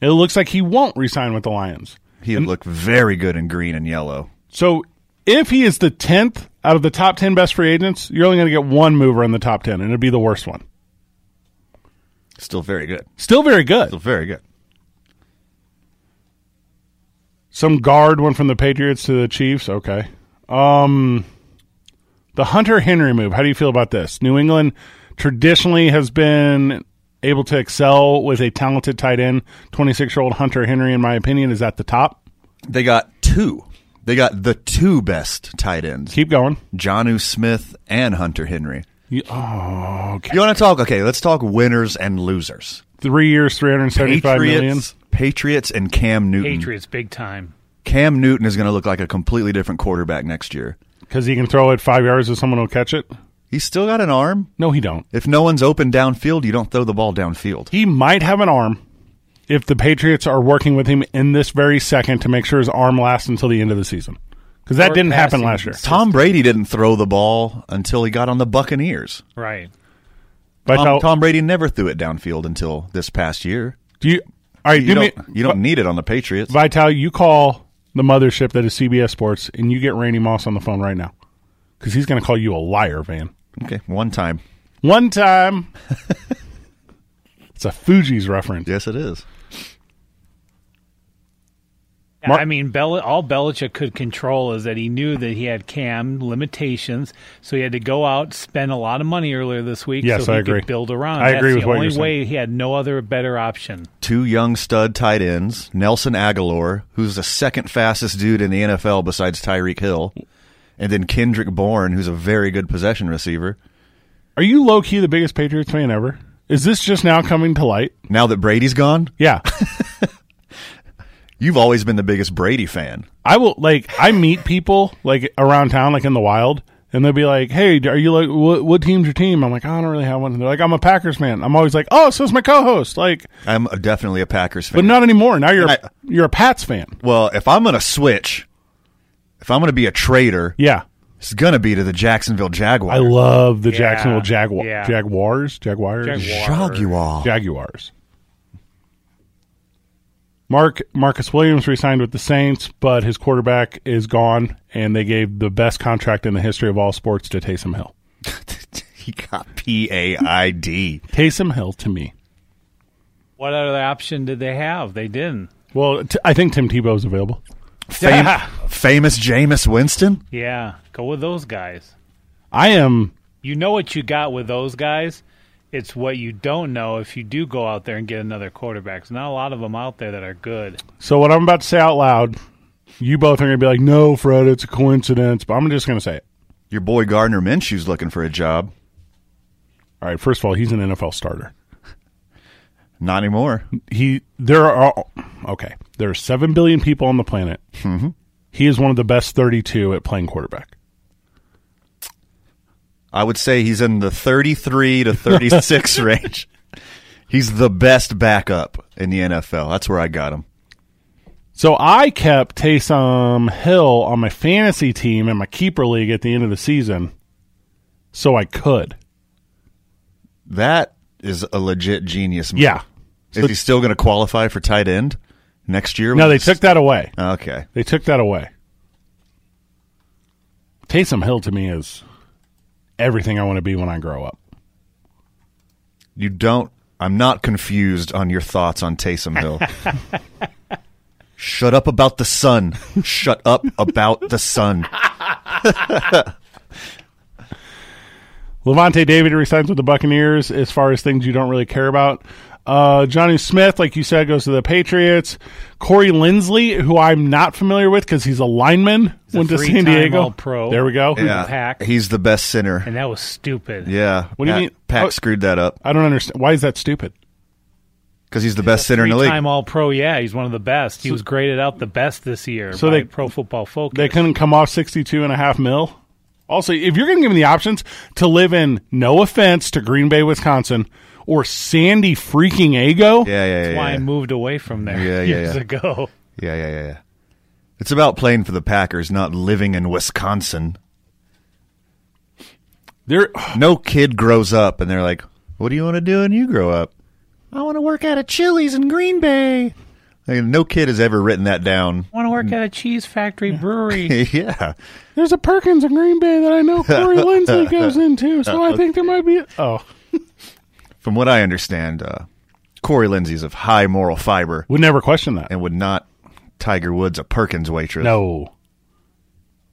Speaker 6: It looks like he won't resign with the Lions.
Speaker 7: He would look very good in green and yellow.
Speaker 6: So if he is the 10th out of the top 10 best free agents, you're only going to get one mover in the top 10, and it'd be the worst one.
Speaker 7: Still very good.
Speaker 6: Still very good.
Speaker 7: Still very good.
Speaker 6: Some guard went from the Patriots to the Chiefs. Okay. Um, the Hunter Henry move. How do you feel about this? New England traditionally has been able to excel with a talented tight end. 26 year old Hunter Henry, in my opinion, is at the top.
Speaker 7: They got two. They got the two best tight ends,
Speaker 6: Keep going.
Speaker 7: Johnu Smith and Hunter Henry.
Speaker 6: You- oh, okay.
Speaker 7: You want to talk? Okay, let's talk winners and losers.
Speaker 6: Three years, three hundred seventy-five million.
Speaker 7: Patriots, Patriots and Cam Newton.
Speaker 8: Patriots, big time.
Speaker 7: Cam Newton is going to look like a completely different quarterback next year.
Speaker 6: Because he can throw it five yards and someone will catch it?
Speaker 7: He's still got an arm.
Speaker 6: No, he don't.
Speaker 7: If no one's open downfield, you don't throw the ball downfield.
Speaker 6: He might have an arm if the Patriots are working with him in this very second to make sure his arm lasts until the end of the season. Because that
Speaker 8: Or
Speaker 6: didn't happen
Speaker 8: passing.
Speaker 6: last year.
Speaker 7: Tom Brady didn't throw the ball until he got on the Buccaneers.
Speaker 8: Right.
Speaker 6: But
Speaker 7: Tom,
Speaker 6: I'll-
Speaker 7: Um, Tom Brady never threw it downfield until this past year.
Speaker 6: do you, all right,
Speaker 7: You
Speaker 6: do me,
Speaker 7: don't, you don't need it on the Patriots.
Speaker 6: Vital, you call the mothership that is CBS Sports and you get Randy Moss on the phone right now. Because he's going to call you a liar, Van.
Speaker 7: Okay, one time.
Speaker 6: One time. it's a Fuji's reference.
Speaker 7: Yes, it is.
Speaker 8: Yeah,
Speaker 6: Mark-
Speaker 8: I mean, Bel- all Belichick could control is that he knew that he had Cam limitations, so he had to go out spend a lot of money earlier this week.
Speaker 6: Yes,
Speaker 8: so
Speaker 6: I
Speaker 8: he
Speaker 6: agree.
Speaker 8: Could build around.
Speaker 6: I
Speaker 8: That's
Speaker 6: agree with
Speaker 8: the
Speaker 6: what
Speaker 8: only
Speaker 6: you're saying.
Speaker 8: way he had no other better option.
Speaker 7: two young stud tight ends, Nelson Aguilar, who's the second fastest dude in the NFL besides Tyreek Hill, and then Kendrick Bourne, who's a very good possession receiver.
Speaker 6: Are you low key the biggest Patriots fan ever? Is this just now coming to light?
Speaker 7: Now that Brady's gone,
Speaker 6: Yeah.
Speaker 7: you've always been the biggest Brady fan.
Speaker 6: I will like I meet people like around town, like in the wild, and they'll be like, "Hey, are you like what, what team's your team?" I'm like, "I don't really have one." And they're like, "I'm a Packers fan." I'm always like, "Oh, so is my co-host." Like,
Speaker 7: I'm a- definitely a Packers fan.
Speaker 6: but not anymore. Now you're
Speaker 7: I-
Speaker 6: you're a Pats fan.
Speaker 7: well, if I'm going to switch, if I'm going to be a traitor,
Speaker 6: Yeah,
Speaker 7: it's going to be to the Jacksonville Jaguars.
Speaker 6: I love the
Speaker 8: Yeah.
Speaker 6: Jacksonville Jaguar
Speaker 8: Yeah.
Speaker 6: Jaguars Jaguars
Speaker 8: Jaguar.
Speaker 7: Jaguar.
Speaker 6: Jaguars. Mark Marcus Williams re-signed with the Saints, but his quarterback is gone, and they gave the best contract in the history of all sports to Taysom Hill.
Speaker 7: he got P A I D.
Speaker 6: Taysom Hill to me.
Speaker 8: What other option did they have? They didn't.
Speaker 6: Well, t- I think Tim Tebow is available.
Speaker 7: Fam- Famous Jameis Winston.
Speaker 8: Yeah, go with those guys.
Speaker 6: I am.
Speaker 8: You know what you got with those guys. It's what you don't know if you do go out there and get another quarterback. There's not a lot of them out there that are good.
Speaker 6: So what I'm about to say out loud, you both are going to be like, "No, Fred, it's a coincidence." But I'm just going to say it.
Speaker 7: Your boy Gardner Minshew's looking for a job.
Speaker 6: All right. First of all, he's an NFL starter.
Speaker 7: Not anymore.
Speaker 6: He there are okay. There are seven billion people on the planet. Mm-hmm. He is one of the best 32 at playing quarterback.
Speaker 7: I would say he's in the 33 to 36 range. He's the best backup in the NFL. That's where I got him.
Speaker 6: So I kept Taysom Hill on my fantasy team in my keeper league at the end of the season, so I could.
Speaker 7: That is a legit genius. Move.
Speaker 6: Yeah.
Speaker 7: Is he still going to qualify for tight end next year?
Speaker 6: No, they took that away.
Speaker 7: Okay.
Speaker 6: They took that away. Taysom Hill to me is everything I want to be when I grow up.
Speaker 7: You don't. I'm not confused on your thoughts on Taysom Hill. Shut up about the sun. Shut up about the sun.
Speaker 6: Levante David resigns with the Buccaneers as far as things you don't really care about. Uh, Johnny Smith, like you said, goes to the Patriots. Corey Lindsley, who I'm not familiar with because he's a lineman,
Speaker 8: a
Speaker 6: went to
Speaker 8: three-time
Speaker 6: San Diego.
Speaker 8: All-Pro.
Speaker 6: There we go.
Speaker 8: Pack.
Speaker 7: He's the best center.
Speaker 8: And that was stupid.
Speaker 7: Yeah.
Speaker 6: What do you
Speaker 7: Pat-
Speaker 6: mean?
Speaker 7: Pack
Speaker 6: Oh.
Speaker 7: screwed that up
Speaker 6: I don't understand. Why is that stupid?
Speaker 7: because he's the best center in the league.
Speaker 8: Three-time All-Pro, yeah, he's one of the best. He was graded out the best this year
Speaker 6: So
Speaker 8: by
Speaker 6: they-
Speaker 8: Pro Football Focus.
Speaker 6: They couldn't come off 62 and a half mil? Also, if you're going to give me the options to live in, no offense to Green Bay, Wisconsin, or Sandy freaking Ago,
Speaker 7: Yeah, yeah, yeah.
Speaker 8: Why I
Speaker 7: yeah.
Speaker 8: moved away from there
Speaker 7: Yeah, yeah,
Speaker 8: years
Speaker 7: yeah.
Speaker 8: ago.
Speaker 7: Yeah, yeah, yeah, yeah. It's about playing for the Packers, not living in Wisconsin.
Speaker 6: there
Speaker 7: No kid grows up and they're like, "What do you want to do when you grow up?" I want to work out at Chili's in Green Bay. Like, no kid has ever written that down.
Speaker 8: want to work at a cheese factory brewery.
Speaker 7: yeah,
Speaker 6: there's a Perkins in Green Bay that I know Corey Lindsey goes into, so I think there might be. Oh,
Speaker 7: from what I understand, uh, Corey Lindsey's of high moral fiber
Speaker 6: would never question that.
Speaker 7: and would not Tiger Woods a Perkins waitress.
Speaker 6: No.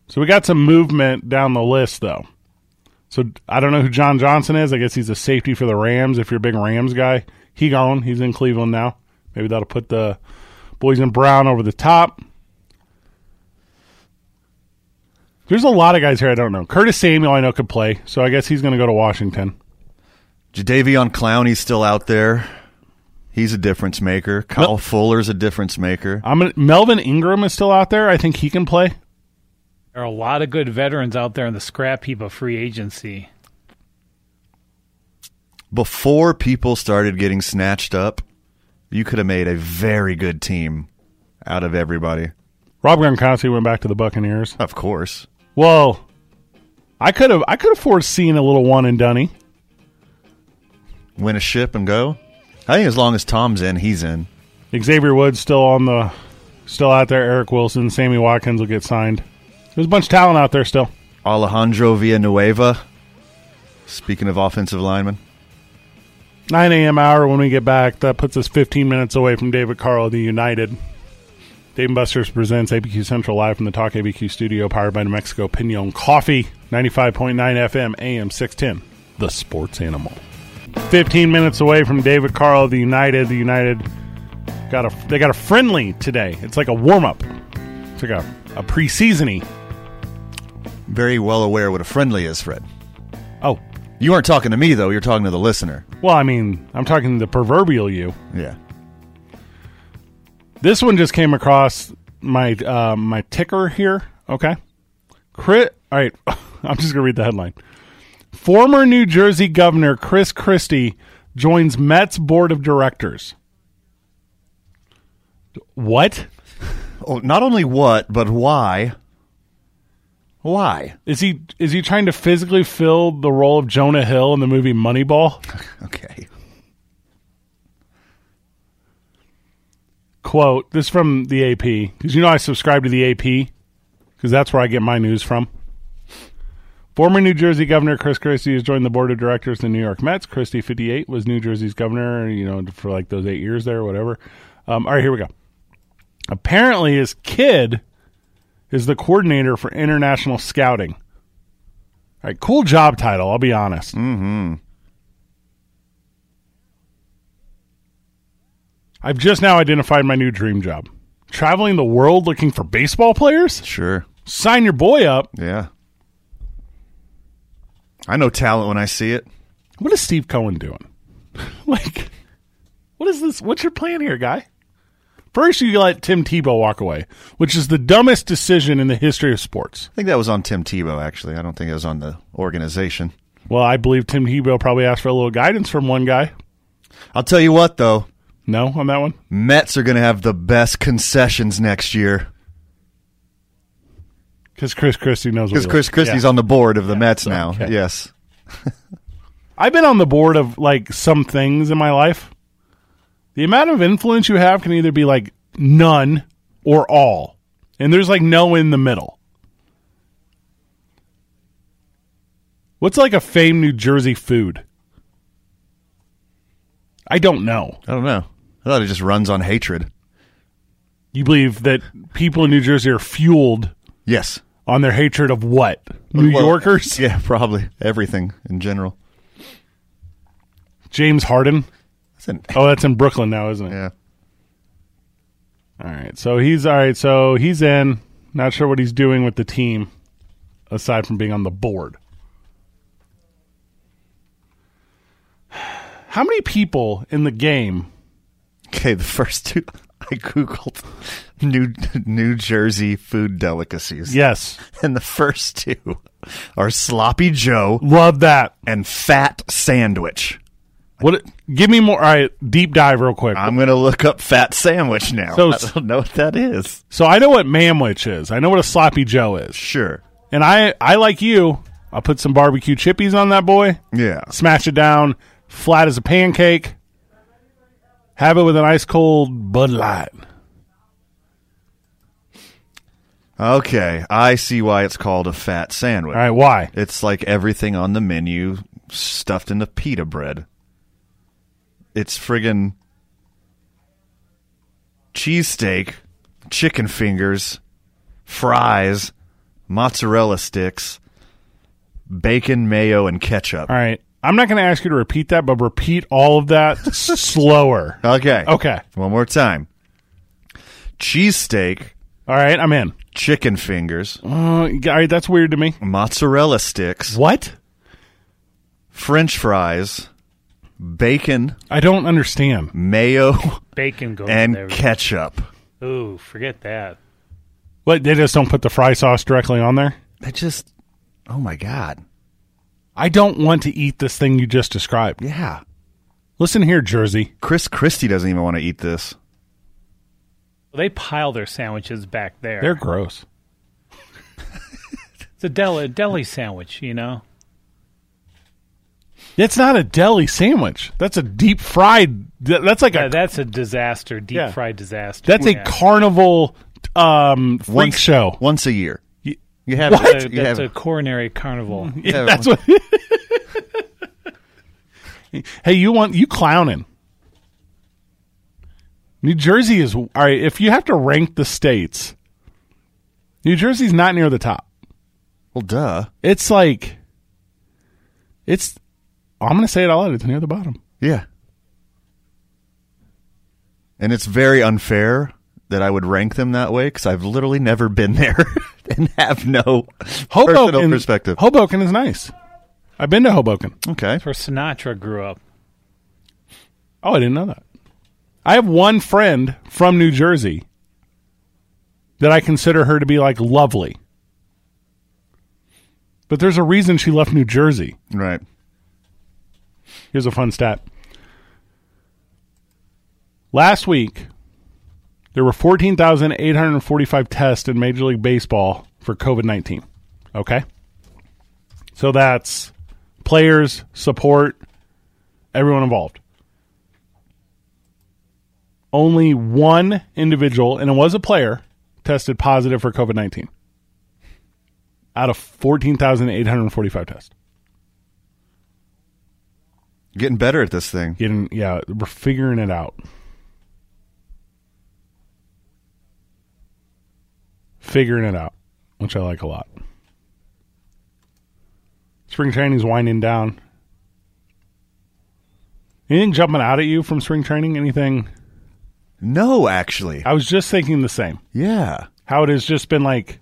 Speaker 6: So we got some movement down the list, though. So I don't know who John Johnson is. I guess he's a safety for the Rams. If you're a big Rams guy, he gone. He's in Cleveland now. Maybe that'll put the boys in brown over the top. There's a lot of guys here I don't know. Curtis Samuel I know could play, so I guess he's going to go to Washington.
Speaker 7: Jadavion Clowney's still out there. He's a difference maker. Kyle Fuller's a difference maker.
Speaker 6: I'm gonna, Melvin Ingram is still out there. I think he can play.
Speaker 8: there are a lot of good veterans out there in the scrap heap of free agency.
Speaker 7: before people started getting snatched up, you could have made a very good team out of everybody.
Speaker 6: Rob Gronkowski went back to the Buccaneers.
Speaker 7: Of course.
Speaker 6: Well, I could have I could have foreseen a little one and dunny.
Speaker 7: Win a ship and go. I think as long as Tom's in, he's in.
Speaker 6: Xavier Woods still on the still out there. Eric Wilson, Sammy Watkins will get signed. There's a bunch of talent out there still.
Speaker 7: Alejandro Villanueva. Speaking of offensive linemen,
Speaker 6: 9 a.m. hour when we get back. That puts us 15 minutes away from David Carl of the United. Dave and Buster's presents ABQ Central live from the Talk ABQ studio, powered by New Mexico Pinon Coffee, 95.9 FM, AM 610. The sports animal. 15 minutes away from David Carl of the United. The United got a they got a friendly today. It's like a warm up. It's like a a preseasony.
Speaker 7: very well aware what a friendly is, Fred.
Speaker 6: Oh,
Speaker 7: You aren't talking to me, though. You're talking to the listener.
Speaker 6: well, I mean, I'm talking the proverbial you.
Speaker 7: Yeah.
Speaker 6: This one just came across my uh, my ticker here. Okay, Chris. All right, I'm just gonna read the headline. Former New Jersey Governor Chris Christie joins Mets board of directors. What
Speaker 7: Oh, not only what, but why. Why?
Speaker 6: is he? Is he trying to physically fill the role of Jonah Hill in the movie Moneyball?
Speaker 7: Okay.
Speaker 6: Quote. This is from the AP because you know I subscribe to the AP because that's where I get my news from. Former New Jersey Governor Chris Christie has joined the board of directors of the New York Mets. Christie, 58, was New Jersey's governor, you know, for like those eight years there, whatever. Um, all right, here we go. Apparently, his kid is the coordinator for international scouting. All right, cool job title, I'll be honest. Mm-hmm. I've just now identified my new dream job traveling the world looking for baseball players?
Speaker 7: Sure.
Speaker 6: Sign your boy up.
Speaker 7: Yeah. I know talent when I see it.
Speaker 6: what is Steve Cohen doing? like, what is this? What's your plan here, guy? First, you let Tim Tebow walk away, which is the dumbest decision in the history of sports.
Speaker 7: I think that was on Tim Tebow, actually. I don't think it was on the organization.
Speaker 6: Well, I believe Tim Tebow probably asked for a little guidance from one guy.
Speaker 7: I'll tell you what, though.
Speaker 6: No, on that one.
Speaker 7: Mets are going to have the best concessions next year
Speaker 6: Because Chris Christie knows what
Speaker 7: because
Speaker 6: he
Speaker 7: Chris
Speaker 6: likes.
Speaker 7: Christie's
Speaker 6: Yeah.
Speaker 7: on the board of the Mets now.
Speaker 6: okay.
Speaker 7: Yes.
Speaker 6: I've been on the board of like some things in my life. The amount of influence you have can either be like none or all. And there's like no in the middle. What's like a famed New Jersey food? I don't know.
Speaker 7: I don't know. I thought it just runs on hatred.
Speaker 6: You believe that people in New Jersey are fueled
Speaker 7: Yes.
Speaker 6: on their hatred of what? New
Speaker 7: Well,
Speaker 6: Yorkers?
Speaker 7: Yeah, probably. Everything in general.
Speaker 6: James Harden?
Speaker 7: That's an-
Speaker 6: Oh, that's in Brooklyn now, isn't it?
Speaker 7: yeah.
Speaker 6: All right. So he's all right. So he's in. Not sure what he's doing with the team aside from being on the board. How many people in the game
Speaker 7: Okay, the first two. I googled New New Jersey food delicacies,
Speaker 6: Yes.
Speaker 7: and the first two are sloppy Joe
Speaker 6: Love that.
Speaker 7: and fat sandwich.
Speaker 6: What? Give me more. All right, deep dive real quick.
Speaker 7: I'm gonna look up fat sandwich now.
Speaker 6: So-
Speaker 7: I don't know what that is.
Speaker 6: so I know what mamwich is. I know what a sloppy Joe is,
Speaker 7: Sure.
Speaker 6: and I I like you. I put some barbecue chippies on that boy.
Speaker 7: Yeah.
Speaker 6: Smash it down, flat as a pancake. Have it with an ice cold Bud Light.
Speaker 7: Okay. I see why it's called a fat sandwich.
Speaker 6: All right, why?
Speaker 7: It's like everything on the menu stuffed into pita bread. It's friggin' cheesesteak, chicken fingers, fries, mozzarella sticks, bacon, mayo, and ketchup.
Speaker 6: All right, I'm not going to ask you to repeat that, but repeat all of that s- slower.
Speaker 7: Okay.
Speaker 6: Okay.
Speaker 7: One more time. Cheesesteak,
Speaker 6: All right, I'm in.
Speaker 7: chicken fingers,
Speaker 6: Uh, all right, that's weird to me.
Speaker 7: mozzarella sticks,
Speaker 6: What?
Speaker 7: french fries, bacon,
Speaker 6: I don't understand.
Speaker 7: mayo,
Speaker 8: Bacon goes in there.
Speaker 7: and ketchup.
Speaker 8: Ooh, forget that.
Speaker 6: What? They just don't put the fry sauce directly on there.
Speaker 7: That just, oh my God.
Speaker 6: I don't want to eat this thing you just described.
Speaker 7: Yeah.
Speaker 6: Listen here, Jersey.
Speaker 7: Chris Christie doesn't even want to eat this.
Speaker 8: They pile their sandwiches back there.
Speaker 6: They're gross.
Speaker 8: it's a deli, deli sandwich, you know?
Speaker 6: It's not a deli sandwich. That's a deep fried. th- That's like
Speaker 8: Yeah,
Speaker 6: a
Speaker 8: Uh, that's a disaster, deep
Speaker 6: Yeah.
Speaker 8: fried disaster.
Speaker 6: that's a
Speaker 8: Yeah.
Speaker 6: carnival um freak
Speaker 7: Once-
Speaker 6: show.
Speaker 7: Once a year.
Speaker 6: You-
Speaker 7: You have
Speaker 8: That's
Speaker 7: it.
Speaker 8: a-
Speaker 7: You have
Speaker 8: that's a
Speaker 7: it.
Speaker 8: coronary carnival.
Speaker 7: Yeah,
Speaker 6: that's what. hey, you want you clowning? New Jersey is all right. If you have to rank the states, New Jersey's not near the top.
Speaker 7: Well, duh.
Speaker 6: It's like it's. I'm gonna say it all out. It's near the bottom.
Speaker 7: Yeah. And it's very unfair that I would rank them that way because I've literally never been there and have no personal
Speaker 6: Hoboken
Speaker 7: perspective.
Speaker 6: Hoboken is nice. I've been to Hoboken.
Speaker 7: okay.
Speaker 8: That's where Sinatra grew up.
Speaker 6: Oh, I didn't know that. I have one friend from New Jersey that I consider her to be like lovely. But there's a reason she left New Jersey.
Speaker 7: Right.
Speaker 6: Here's a fun stat. Last week, there were 14,845 tests in Major League Baseball for COVID 19. Okay? So that's players, support, everyone involved. Only one individual, and it was a player, tested positive for COVID 19 out of 14,845 tests.
Speaker 7: Getting better at this thing.
Speaker 6: getting yeah we're figuring it out figuring it out which i like a lot spring training's winding down anything jumping out at you from spring training anything
Speaker 7: No, actually.
Speaker 6: i was just thinking the same
Speaker 7: Yeah.
Speaker 6: how it has just been like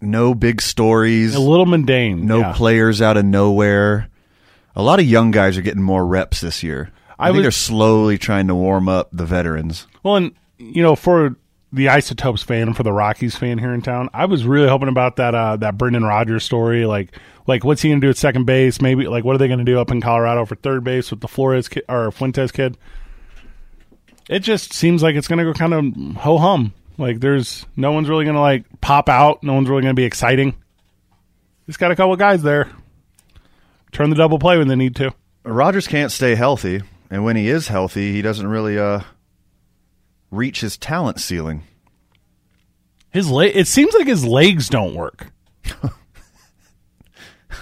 Speaker 7: No big stories.
Speaker 6: a little mundane
Speaker 7: no
Speaker 6: yeah.
Speaker 7: players out of nowhere. A lot of young guys are getting more reps this year. I,
Speaker 6: I
Speaker 7: think
Speaker 6: was-
Speaker 7: they're slowly trying to warm up the veterans.
Speaker 6: Well, and you know, for the Isotopes fan and for the Rockies fan here in town, I was really hoping about that uh, that Brendan Rodgers story. Like, like what's he going to do at second base? Maybe like what are they going to do up in Colorado for third base with the Flores kid or Fuentes kid? It just seems like it's going to go kind of ho hum. Like, there's no one's really going to like pop out. No one's really going to be exciting. Just got a couple guys there. Turn the double play when they need to.
Speaker 7: Rogers can't stay healthy, and when he is healthy, he doesn't really uh, reach his talent ceiling.
Speaker 6: His le- it seems like his legs don't work.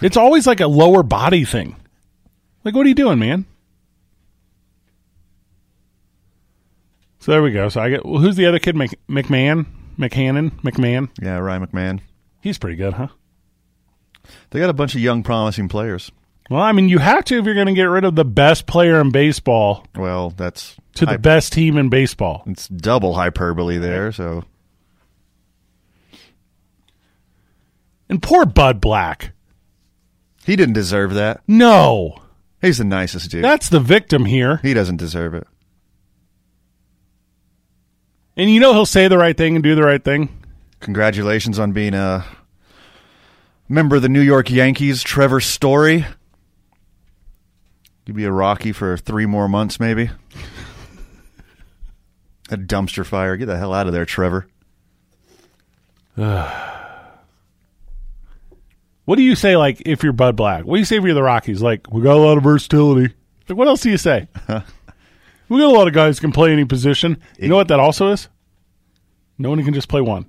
Speaker 6: it's always like a lower body thing. Like what are you doing, man? So there we go. So I get well, who's the other kid? Mc- McMahon, McHannon, McMahon.
Speaker 7: Yeah, Ryan McMahon.
Speaker 6: He's pretty good, huh?
Speaker 7: They got a bunch of young, promising players.
Speaker 6: Well, I mean, you have to if you're going to get rid of the best player in baseball
Speaker 7: Well, that's
Speaker 6: to the
Speaker 7: hy-
Speaker 6: best team in baseball.
Speaker 7: it's double hyperbole there. So
Speaker 6: And poor Bud Black.
Speaker 7: he didn't deserve that.
Speaker 6: No,
Speaker 7: He's the nicest dude.
Speaker 6: that's the victim here.
Speaker 7: he doesn't deserve it.
Speaker 6: And you know he'll say the right thing and do the right thing.
Speaker 7: Congratulations on being a member of the New York Yankees, Trevor Story. You'd be a Rocky for three more months, maybe. a dumpster fire. Get the hell out of there, Trevor.
Speaker 6: What do you say, like, if you're Bud Black? What do you say if you're the Rockies? Like, we got a lot of versatility. Like, what else do you say? we got a lot of guys who can play any position. You know what that also is? No one can just play one.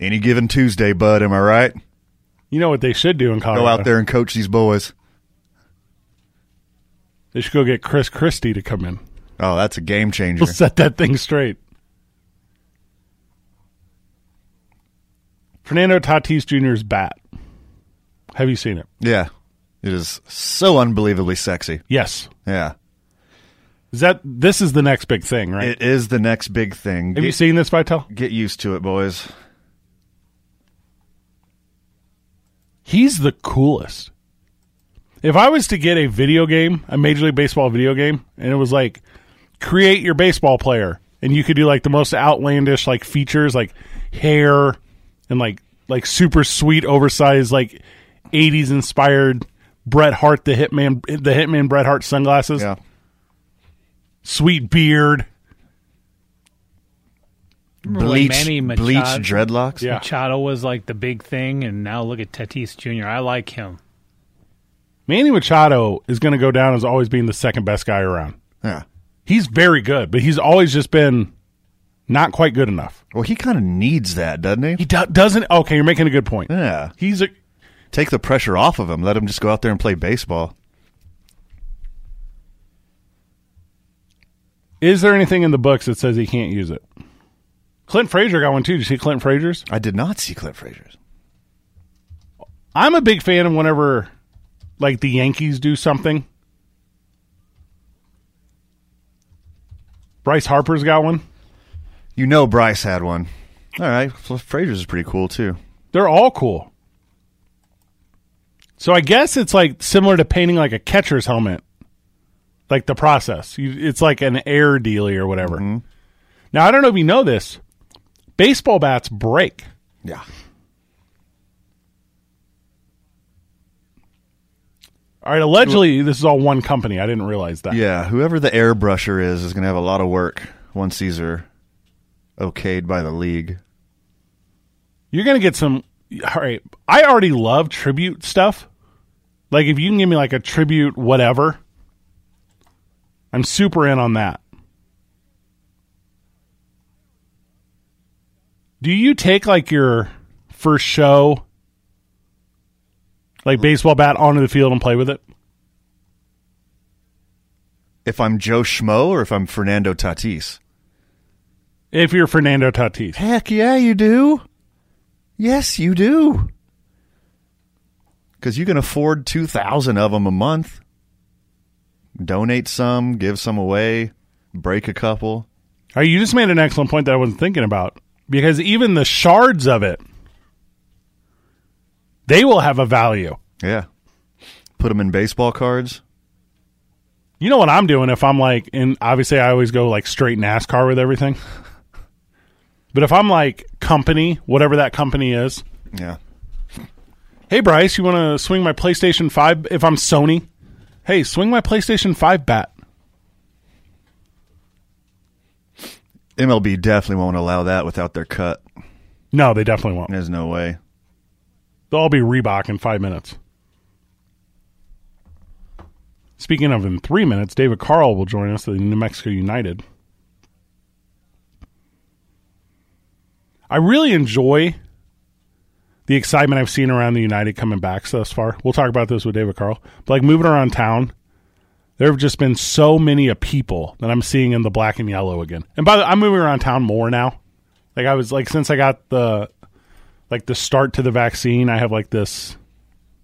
Speaker 7: Any given Tuesday, bud, am I right?
Speaker 6: You know what they should do in Colorado?
Speaker 7: Go out there and coach these boys.
Speaker 6: They should go get Chris Christie to come in.
Speaker 7: Oh, that's a game changer.
Speaker 6: He'll set that thing straight. Fernando Tatis Jr.'s bat. Have you seen it?
Speaker 7: Yeah. It is so unbelievably sexy.
Speaker 6: Yes.
Speaker 7: Yeah.
Speaker 6: Is that this is the next big thing, right?
Speaker 7: It is the next big thing.
Speaker 6: Have you
Speaker 7: Get,
Speaker 6: seen this, Vital?
Speaker 7: get used to it, boys.
Speaker 6: He's the coolest. If I was to get a video game, a Major League Baseball video game, and it was like create your baseball player, and you could do like the most outlandish like features, like hair and like like super sweet oversized like '80s inspired Bret Hart the Hitman the Hitman Bret Hart sunglasses,
Speaker 7: Yeah.
Speaker 6: sweet beard,
Speaker 8: Remember when
Speaker 7: Bleach,
Speaker 8: Manny Machado,
Speaker 7: bleach dreadlocks.
Speaker 6: Yeah.
Speaker 8: Machado was like the big thing, and now look at Tatis Jr. I like him.
Speaker 6: Manny Machado is going to go down as always being the second best guy around.
Speaker 7: Yeah.
Speaker 6: He's very good, but he's always just been not quite good enough.
Speaker 7: Well, he kind of needs that, doesn't he?
Speaker 6: He do- doesn't. Okay, you're making a good point.
Speaker 7: Yeah.
Speaker 6: He's a.
Speaker 7: Take the pressure off of him. Let him just go out there and play baseball.
Speaker 6: Is there anything in the books that says he can't use it? Clint Frazier got one too. Did you see Clint Frazier's?
Speaker 7: I did not see Clint Frazier's.
Speaker 6: I'm a big fan of whenever, like the Yankees do something. Bryce Harper's got one.
Speaker 7: You know Bryce had one. All right. F- Frazier's is pretty cool, too.
Speaker 6: They're all cool. So I guess it's like similar to painting like a catcher's helmet. Like the process. You, it's like an air dealy or whatever. Now, I don't know if you know this. Baseball bats break.
Speaker 7: Yeah.
Speaker 6: All right, allegedly, this is all one company. I didn't realize that.
Speaker 7: Yeah. Whoever the airbrusher is is going to have a lot of work once these are okayed by the league.
Speaker 6: You're going to get some. All right. I already love tribute stuff. Like, if you can give me like a tribute, whatever, I'm super in on that. Do you take like your first show, like baseball bat, onto the field and play with it?
Speaker 7: If I'm Joe Schmo or if I'm Fernando Tatis.
Speaker 6: If you're Fernando Tatis,
Speaker 7: Heck yeah, you do. Yes, you do. Because you can afford 2,000 of them a month. Donate some, give some away, break a couple.
Speaker 6: All right, you just made an excellent point that I wasn't thinking about because even the shards of it, they will have a value.
Speaker 7: Yeah. Put them in baseball cards.
Speaker 6: You know what I'm doing if I'm like, and obviously I always go like straight NASCAR with everything. But if I'm like company, whatever that company is,
Speaker 7: Yeah.
Speaker 6: hey Bryce, you want to swing my PlayStation 5? If I'm Sony, hey, swing my PlayStation 5 bat.
Speaker 7: MLB definitely won't allow that without their cut.
Speaker 6: No, they definitely won't.
Speaker 7: There's no way.
Speaker 6: They'll all be Reebok in five minutes. Speaking of in three minutes, David Carl will join us at the New Mexico United. I really enjoy the excitement I've seen around the United coming back thus far. We'll talk about this with David Carl. But like moving around town, there have just been so many of people that I'm seeing in the black and yellow again. And by the I'm moving around town more now. Like I was like since I got the like the start to the vaccine, I have like this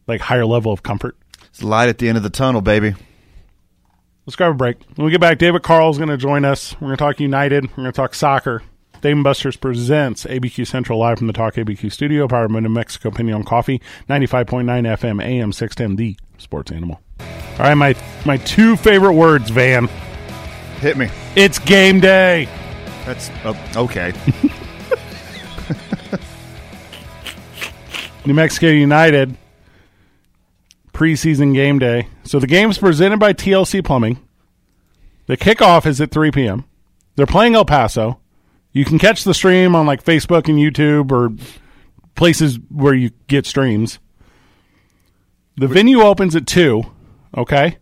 Speaker 6: like higher level of comfort.
Speaker 7: It's light at the end of the tunnel, baby.
Speaker 6: Let's grab a break. When we get back, David Carl's going to join us. We're going to talk United. We're going to talk soccer. Dave and Buster's presents ABQ Central live from the Talk ABQ studio, powered by New Mexico Pinion Coffee, 95.9 FM, AM 610, the sports animal. All right, my, my two favorite words, Van.
Speaker 7: Hit me.
Speaker 6: It's game day.
Speaker 7: That's oh, okay.
Speaker 6: New Mexico United preseason game day. So the game's presented by TLC Plumbing. The kickoff is at 3 p.m. They're playing El Paso. You can catch the stream on like Facebook and YouTube or places where you get streams. The venue opens at 2, okay?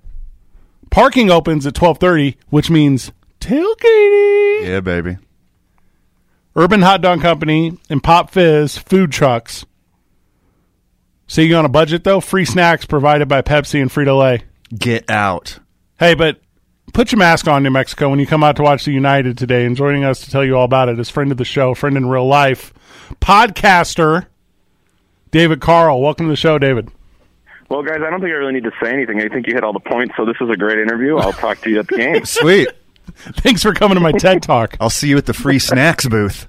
Speaker 6: Parking opens at 12:30, which means tailgating.
Speaker 7: yeah, baby.
Speaker 6: Urban Hot Dog Company and Pop Fizz food trucks. So you on a budget though? Free snacks provided by Pepsi and Frito Lay.
Speaker 7: Get out.
Speaker 6: Hey, but put your mask on, New Mexico, when you come out to watch the United today. And joining us to tell you all about it is friend of the show, friend in real life, podcaster David Carl. Welcome to the show, David.
Speaker 2: Well, guys, I don't think I really need to say anything. I think you hit all the points, so this is a great interview. I'll talk to you at the game.
Speaker 7: Sweet.
Speaker 6: Thanks for coming to my TED Talk.
Speaker 7: I'll see you at the free snacks booth.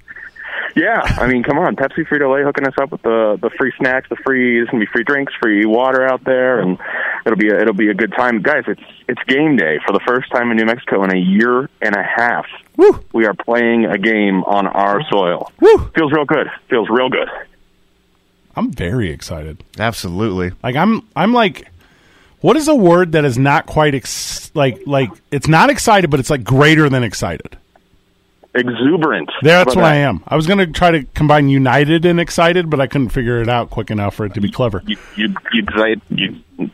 Speaker 2: yeah, I mean, come on, Pepsi Frito Lay hooking us up with the the free snacks, the free there's gonna be free drinks, free water out there, and it'll be a, it'll be a good time, guys. It's it's game day for the first time in New Mexico in a year and a half.
Speaker 6: Woo.
Speaker 2: We are playing a game on our soil.
Speaker 6: Woo.
Speaker 2: Feels real good. Feels real good.
Speaker 6: I'm very excited.
Speaker 7: Absolutely.
Speaker 6: Like I'm I'm like what is a word that is not quite ex- like like it's not excited but it's like greater than excited.
Speaker 2: Exuberant. uh, How
Speaker 6: That's
Speaker 2: about
Speaker 6: what I
Speaker 2: that?
Speaker 6: am. I was going to try to combine united and excited but I couldn't figure it out quick enough for it to be clever.
Speaker 2: You you you, you, you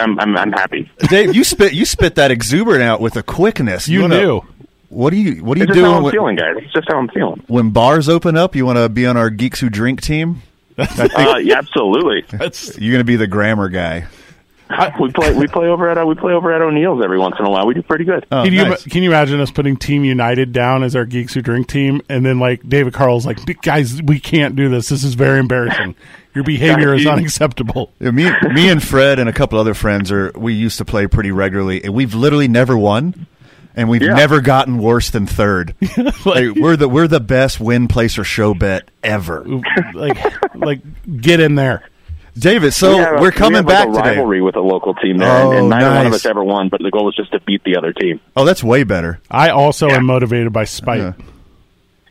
Speaker 2: I'm, I'm I'm happy.
Speaker 7: Dave, you spit you spit that exuberant out with a quickness.
Speaker 6: You
Speaker 7: wanna-
Speaker 6: knew.
Speaker 7: What do you what are you
Speaker 2: It's just how
Speaker 7: doing
Speaker 2: I'm
Speaker 7: when,
Speaker 2: feeling, guys. It's just how I'm feeling.
Speaker 7: when bars open up? You want to be on our geeks who drink team?
Speaker 2: Uh, yeah, absolutely.
Speaker 7: You're going to be the grammar guy.
Speaker 2: we play we play over at uh, we play over at O'Neill's every once in a while. We do pretty good.
Speaker 7: Oh,
Speaker 6: can you
Speaker 7: nice.
Speaker 6: can you imagine us putting Team United down as our geeks who drink team and then like David Carl's like "D- guys we can't do this. This is very embarrassing. Your behavior is unacceptable.
Speaker 7: Yeah, me, me and Fred and a couple other friends are we used to play pretty regularly, and we've literally never won, and we've
Speaker 2: Yeah.
Speaker 7: never gotten worse than third. Like, we're the we're the best win place or show bet ever.
Speaker 6: like like get in there.
Speaker 7: David, so
Speaker 2: have a-
Speaker 7: we're coming
Speaker 2: have,
Speaker 7: back
Speaker 2: like, a
Speaker 7: today.
Speaker 2: rivalry with a local team there, and-
Speaker 7: Oh,
Speaker 2: and neither one of
Speaker 7: nice.
Speaker 2: us ever won. But the goal was just to beat the other team.
Speaker 7: Oh, that's way better.
Speaker 6: I also am motivated by spite.
Speaker 7: Yeah.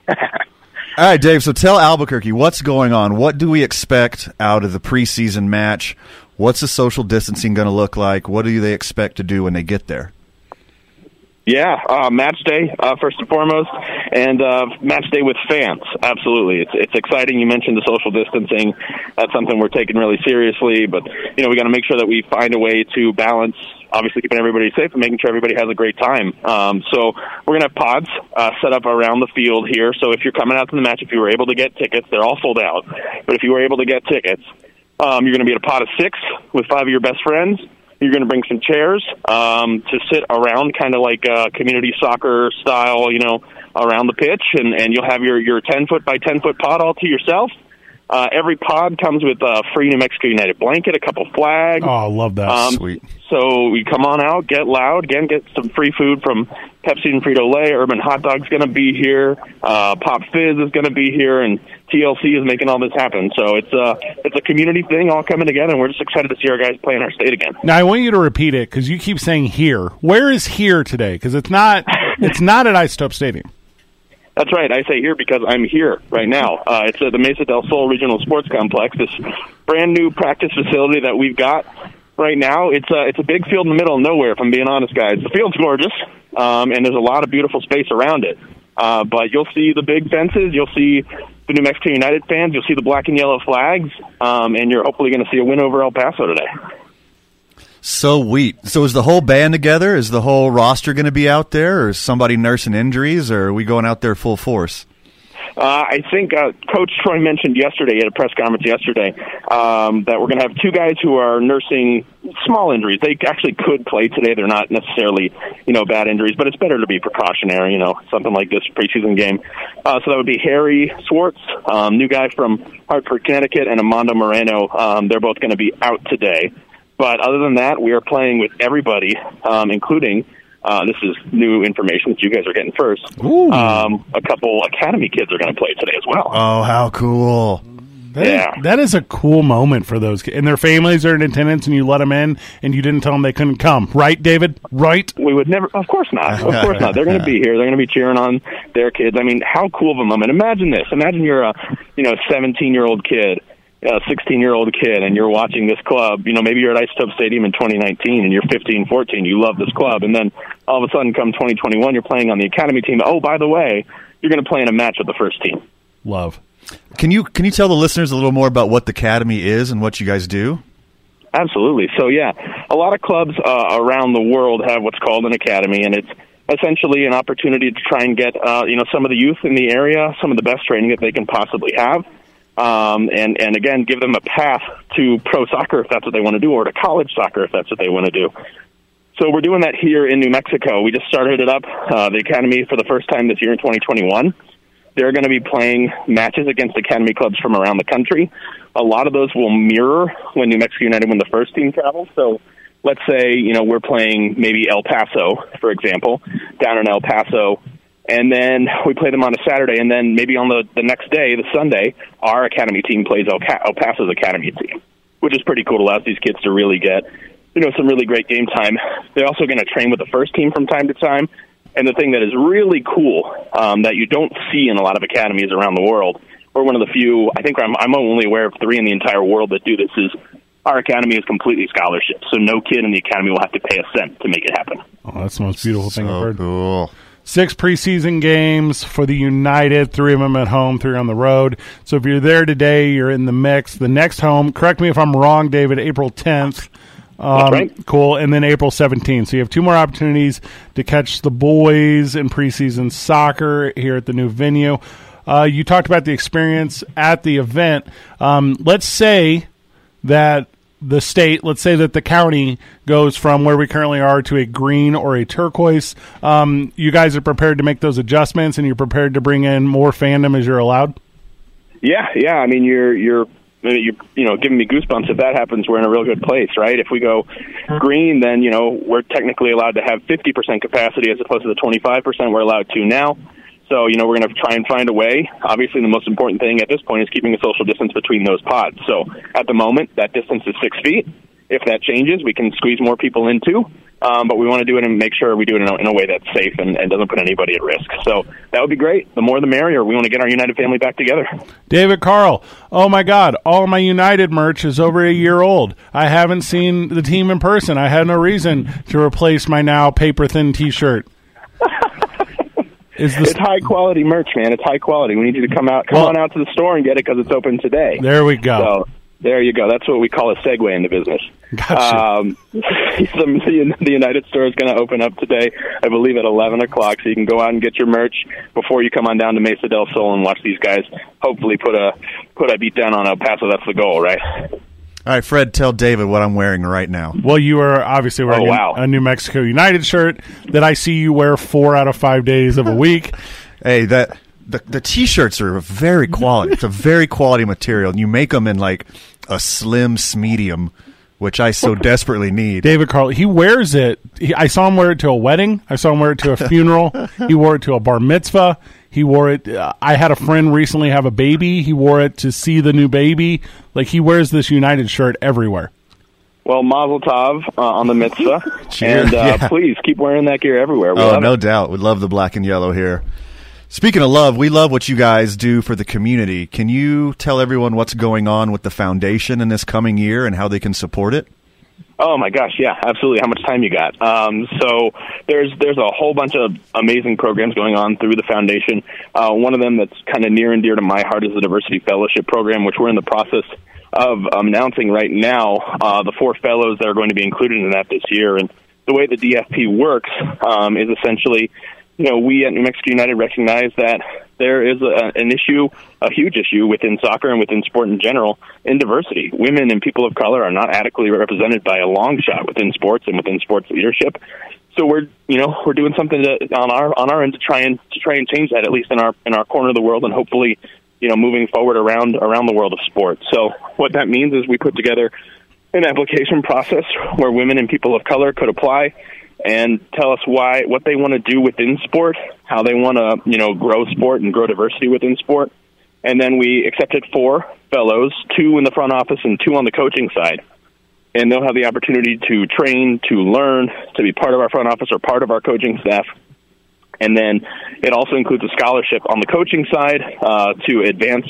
Speaker 7: All right, Dave. So tell Albuquerque what's going on. What do we expect out of the preseason match? What's the social distancing going to look like? What do they expect to do when they get there?
Speaker 2: Yeah, uh, match day uh, first and foremost, and uh, match day with fans. Absolutely, it's it's exciting. You mentioned the social distancing; that's something we're taking really seriously. But you know, we got to make sure that we find a way to balance, obviously keeping everybody safe and making sure everybody has a great time. Um, so we're gonna have pods uh, set up around the field here. So if you're coming out to the match, if you were able to get tickets, they're all sold out. But if you were able to get tickets, um, you're going to be at a pot of six with five of your best friends. You're going to bring some chairs um, to sit around, kind of like uh, community soccer style, you know, around the pitch, and, and you'll have your, your 10 foot by 10 foot pod all to yourself. Uh, every pod comes with a free New Mexico United blanket, a couple flags.
Speaker 6: Oh, I love that.
Speaker 2: Um,
Speaker 7: Sweet.
Speaker 2: So you come on out, get loud, again, get some free food from Pepsi and Frito Lay. Urban Hot Dog's going to be here. Uh, Pop Fizz is going to be here, and TLC is making all this happen. So it's a it's a community thing all coming together, and we're just excited to see our guys play in our state again.
Speaker 6: Now I want you to repeat it because you keep saying here. Where is here today? Because it's not. It's not at Isotope Stadium.
Speaker 2: That's right. I say here because I'm here right now. Uh, it's at the Mesa del Sol Regional Sports Complex, this brand new practice facility that we've got right now. It's a it's a big field in the middle of nowhere. If I'm being honest, guys, the field's gorgeous, um, and there's a lot of beautiful space around it. Uh, but you'll see the big fences. You'll see the New Mexico United fans. You'll see the black and yellow flags, um, and you're hopefully going to see a win over El Paso today.
Speaker 7: So wheat. So is the whole band together? Is the whole roster going to be out there, or is somebody nursing injuries, or are we going out there full force?
Speaker 2: Uh, I think uh, Coach Troy mentioned yesterday at a press conference yesterday um, that we're going to have two guys who are nursing small injuries. They actually could play today. They're not necessarily, you know, bad injuries, but it's better to be precautionary. You know, something like this preseason game. Uh, so that would be Harry Swartz, um, new guy from Hartford, Connecticut, and Amando Moreno. Um, they're both going to be out today. But other than that, we are playing with everybody, um, including. Uh, this is new information that you guys are getting first.
Speaker 7: Uh.
Speaker 2: Um, a couple academy kids are going to play today as well.
Speaker 7: Oh, how cool!
Speaker 6: That is-
Speaker 2: Yeah.
Speaker 6: that is a cool moment for those kids. And their families are in attendance, and you let them in, and you didn't tell them they couldn't come. Right, David? Right?
Speaker 2: We would never. Of course not. Of course not. They're going to be here. They're going to be cheering on their kids. I mean, how cool of a moment! Imagine this. Imagine you're a, you know, 17 year old kid, a 16 year old kid, and you're watching this club. You know, maybe you're at Isotope Stadium in 2019, and you're 15, 14. You love this club, and then all of a sudden, come 2021, you're playing on the academy team. Oh, by the way, you're going to play in a match with the first team.
Speaker 6: Love.
Speaker 7: Can you can you tell the listeners a little more about what the academy is and what you guys do?
Speaker 2: Absolutely. So yeah, a lot of clubs uh, around the world have what's called an academy, and it's essentially an opportunity to try and get uh, you know some of the youth in the area some of the best training that they can possibly have, um, and and again give them a path to pro soccer if that's what they want to do, or to college soccer if that's what they want to do. So we're doing that here in New Mexico. We just started it up, uh, the academy for the first time this year in 2021. They're going to be playing matches against academy clubs from around the country. A lot of those will mirror when New Mexico United when the first team travels. So let's say, you know, we're playing maybe El Paso, for example, down in El Paso. And then we play them on a Saturday. And then maybe on the, the next day, the Sunday, our academy team plays El, Ca- El Paso's academy team, which is pretty cool. Allows these kids to really get, you know, some really great game time. They're also going to train with the first team from time to time. And the thing that is really cool um, that you don't see in a lot of academies around the world, we're one of the few. I think I'm, I'm only aware of three in the entire world that do this. Is our academy is completely scholarship, so no kid in the academy will have to pay a cent to make it happen.
Speaker 6: Oh, that's the most beautiful thing I've
Speaker 7: Oh,
Speaker 6: heard.
Speaker 7: cool.
Speaker 6: Six preseason games for the United, three of them at home, three on the road. So if you're there today, you're in the mix. The next home, correct me if I'm wrong, David, April 10th. Um,
Speaker 2: right.
Speaker 6: Cool. And then April 17th. So you have two more opportunities to catch the boys in preseason soccer here at the new venue. Uh, you talked about the experience at the event. Um, let's say that the state, let's say that the county goes from where we currently are to a green or a turquoise. Um, you guys are prepared to make those adjustments and you're prepared to bring in more fandom as you're allowed?
Speaker 2: Yeah, yeah. I mean, you're you're you're you know giving me goosebumps. If that happens, we're in a real good place, right? If we go green, then you know we're technically allowed to have 50% capacity as opposed to the 25% we're allowed to now. So you know we're going to try and find a way. Obviously, the most important thing at this point is keeping a social distance between those pods. So at the moment, that distance is six feet. If that changes, we can squeeze more people into. Um, but we want to do it and make sure we do it in a, in a way that's safe and, and doesn't put anybody at risk. So that would be great. The more the merrier. We want to get our United family back together.
Speaker 6: David Carl, oh my God, all my United merch is over a year old. I haven't seen the team in person. I had no reason to replace my now paper thin t shirt. Is this,
Speaker 2: It's high quality merch, man. It's high quality. We need you to come out, come
Speaker 6: Well-
Speaker 2: on out to the store and get it because it's open today.
Speaker 6: there we go.
Speaker 2: So there you go. That's what we call a segue into business.
Speaker 6: Gotcha.
Speaker 2: Um, the, the, the United Store is going to open up today, I believe, at 11 o'clock. So you can go out and get your merch before you come on down to Mesa del Sol and watch these guys hopefully put a put a beat down on El Paso. That's the goal, right?
Speaker 7: All right, Fred, tell David what I'm wearing right now.
Speaker 6: Well, you are obviously wearing a-
Speaker 2: Oh, wow.
Speaker 6: a New Mexico United shirt that I see you wear four out of five days of a week.
Speaker 7: Hey, that the the t-shirts are very quality. It's a very quality material, and you make them in like a slim medium, which I so desperately need.
Speaker 6: David Carl, he wears it. He, I saw him wear it to a wedding. I saw him wear it to a funeral. he wore it to a bar mitzvah. He wore it. Uh, I had a friend recently have a baby. He wore it to see the new baby. Like he wears this United shirt everywhere.
Speaker 2: Well, Mazel Tov uh, on the mitzvah,
Speaker 7: Cheers.
Speaker 2: and uh,
Speaker 7: Yeah.
Speaker 2: please keep wearing that gear everywhere. We
Speaker 7: Oh,
Speaker 2: love it.
Speaker 7: no doubt, we love the black and yellow here. Speaking of love, we love what you guys do for the community. Can you tell everyone what's going on with the foundation in this coming year and how they can support it?
Speaker 2: Oh my gosh, yeah, absolutely. How much time you got? Um, so there's there's a whole bunch of amazing programs going on through the foundation. Uh, one of them that's kind of near and dear to my heart is the Diversity Fellowship Program, which we're in the process of announcing right now. Uh, the four fellows that are going to be included in that this year, and the way the DFP works um, is essentially you know, we at New Mexico United recognize that there is a, an issue, a huge issue within soccer and within sport in general, in diversity. Women and people of color are not adequately represented by a long shot within sports and within sports leadership. So we're, you know, we're doing something to, on our on our end to try and to try and change that at least in our in our corner of the world and hopefully, you know, moving forward around around the world of sports. So what that means is we put together an application process where women and people of color could apply and tell us why what they want to do within sport, how they want to you know grow sport and grow diversity within sport, and then we accepted four fellows, two in the front office and two on the coaching side. And they'll have the opportunity to train, to learn, to be part of our front office or part of our coaching staff. And then it also includes a scholarship on the coaching side uh, to advance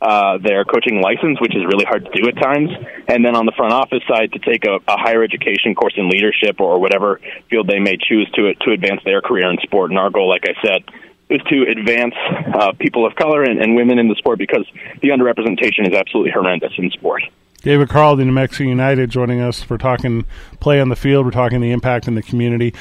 Speaker 2: uh, their coaching license, which is really hard to do at times. And then on the front office side, to take a, a higher education course in leadership or whatever field they may choose to to advance their career in sport. And our goal, like I said, is to advance uh, people of color and, and women in the sport because the underrepresentation is absolutely horrendous in sport.
Speaker 6: David Carl, the New Mexico United, joining us. We're talking play on the field. We're talking the impact in the community.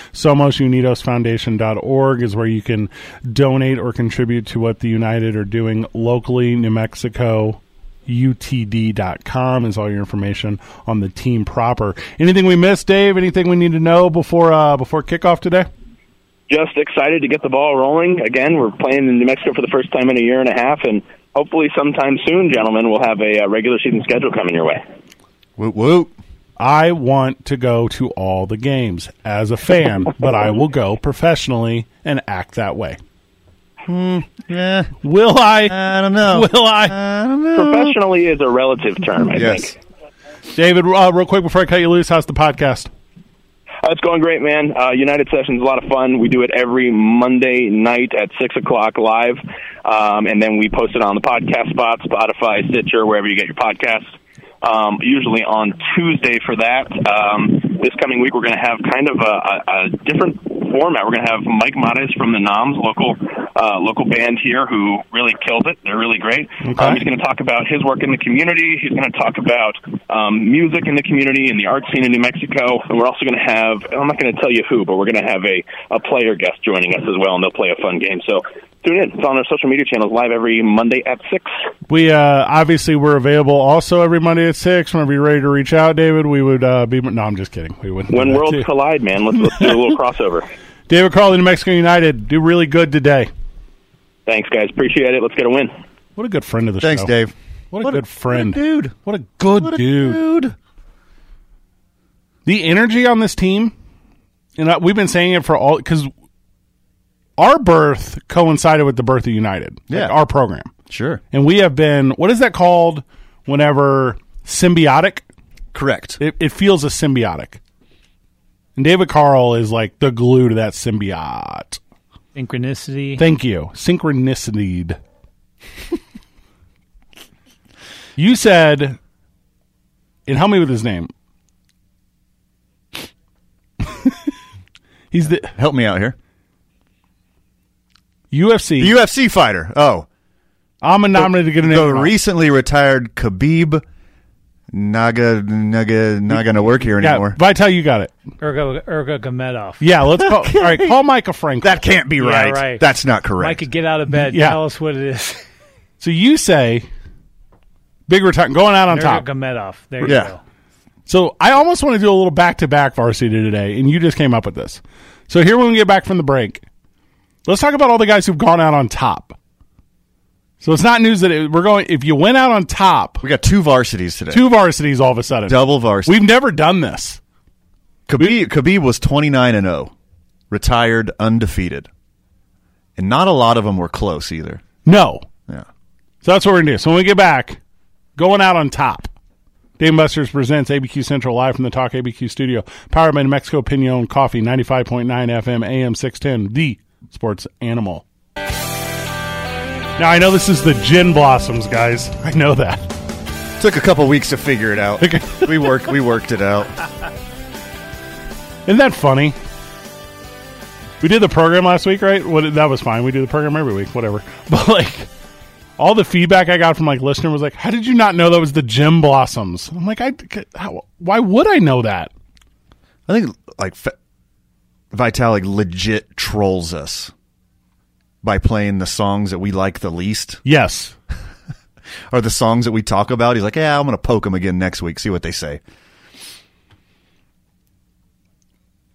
Speaker 6: SomosUnidosFoundation.org is where you can donate or contribute to what the United are doing locally. New Mexico UTD.com is all your information on the team proper. Anything we missed, Dave? Anything we need to know before uh, before kickoff today?
Speaker 2: just excited to get the ball rolling. Again, we're playing in New Mexico for the first time in a year and a half, and hopefully, sometime soon, gentlemen, we'll have a uh, regular season schedule coming your way.
Speaker 7: Whoop whoop.
Speaker 6: I want to go to all the games as a fan, but I will go professionally and act that way.
Speaker 7: Hmm, Yeah,
Speaker 6: Will I?
Speaker 7: I don't know. Uh,
Speaker 6: Will I?
Speaker 7: I don't know.
Speaker 2: Professionally is a relative term, I
Speaker 7: Yes.
Speaker 2: think.
Speaker 6: David, uh, real quick before I cut you loose, how's the podcast?
Speaker 2: Uh, it's going great, man. Uh, United Sessions is a lot of fun. We do it every Monday night at 6 o'clock live, um, and then we post it on the podcast spot, Spotify, Stitcher, wherever you get your podcasts. Um, usually on Tuesday for that. Um, this coming week, we're going to have kind of a, a, a different format. We're going to have Mike Mades from the Noms, local uh, local band here, who really killed it. They're really great. Um, he's going to talk about his work in the community. He's going to talk about um, music in the community and the art scene in New Mexico. And we're also going to have I'm not going to tell you who, but we're going to have a a player guest joining us as well, and they'll play a fun game. So tune in. It's on our social media channels live every Monday at six.
Speaker 6: We uh, obviously we're available also every Monday at six. Whenever you're ready to reach out, David, we would uh, be. No, I'm just kidding. We wouldn't. do
Speaker 2: When
Speaker 6: that,
Speaker 2: worlds
Speaker 6: too.
Speaker 2: collide, man, let's let's do a little crossover.
Speaker 6: David Carlin, New Mexico United, do really good today.
Speaker 2: Thanks, guys. Appreciate it. Let's get a win.
Speaker 6: What a good friend of the
Speaker 7: Thanks,
Speaker 6: show.
Speaker 7: Dave.
Speaker 6: What a good friend.
Speaker 7: what a dude.
Speaker 6: What a good
Speaker 7: What a
Speaker 6: dude.
Speaker 7: dude.
Speaker 6: The energy on this team, and I, we've been saying it for all because our birth coincided with the birth of United. like
Speaker 7: Yeah.
Speaker 6: our program,
Speaker 7: Sure.
Speaker 6: and we have been. What is that called? Whenever symbiotic.
Speaker 7: Correct.
Speaker 6: it, it feels a symbiotic. And David Carl is like the glue to that symbiote.
Speaker 8: Synchronicity.
Speaker 6: Thank you. Synchronicity. you said, and help me with his name. He's the
Speaker 7: Help me out here.
Speaker 6: UFC.
Speaker 7: The UFC fighter. Oh,
Speaker 6: I'm a nominated to get an
Speaker 7: the
Speaker 6: name.
Speaker 7: recently retired Khabib Naga Naga not gonna work here
Speaker 6: Yeah,
Speaker 7: anymore.
Speaker 6: Vital, you got it.
Speaker 8: Ergo, Ergo Gamedov.
Speaker 6: Yeah, let's call. All right, call Micah Frank.
Speaker 7: that can't be right.
Speaker 8: right.
Speaker 7: That's
Speaker 8: Mike,
Speaker 7: not correct.
Speaker 8: get out of bed.
Speaker 6: Yeah.
Speaker 8: Tell us what it is.
Speaker 6: so you say, big retire, going out on top.
Speaker 8: Ergo Gamedov. There you
Speaker 7: Yeah.
Speaker 8: go.
Speaker 6: So I almost want to do a little back to back varsity today, and you just came up with this. So here when we get back from the break, let's talk about all the guys who've gone out on top. So it's not news that it, we're going. If you went out on top,
Speaker 7: we got two varsities today.
Speaker 6: two varsities all of a sudden.
Speaker 7: double varsity.
Speaker 6: We've never done this.
Speaker 7: Khabib, Khabib was 29 and 0, retired undefeated. And not a lot of them were close either.
Speaker 6: No.
Speaker 7: Yeah.
Speaker 6: So that's what we're gonna do. So when we get back, going out on top. Dave and Buster's presents ABQ Central live from the Talk ABQ studio, powered by New Mexico Pinon Coffee, ninety-five point nine FM, AM six ten, the sports animal. Now I know this is the gin blossoms, guys. I know that.
Speaker 7: Took a couple weeks to figure it out. we work we worked it out.
Speaker 6: Isn't that funny? We did the program last week, right? What that was fine. We do the program every week, whatever. But like all the feedback I got from like listener was like, "How did you not know that was the gym blossoms?" I'm like, "I how, why would I know that?"
Speaker 7: I think like Fe- Vitalik legit trolls us by playing the songs that we like the least
Speaker 6: Yes.
Speaker 7: or the songs that we talk about. He's like, "Yeah, I'm going to poke them again next week, see what they say."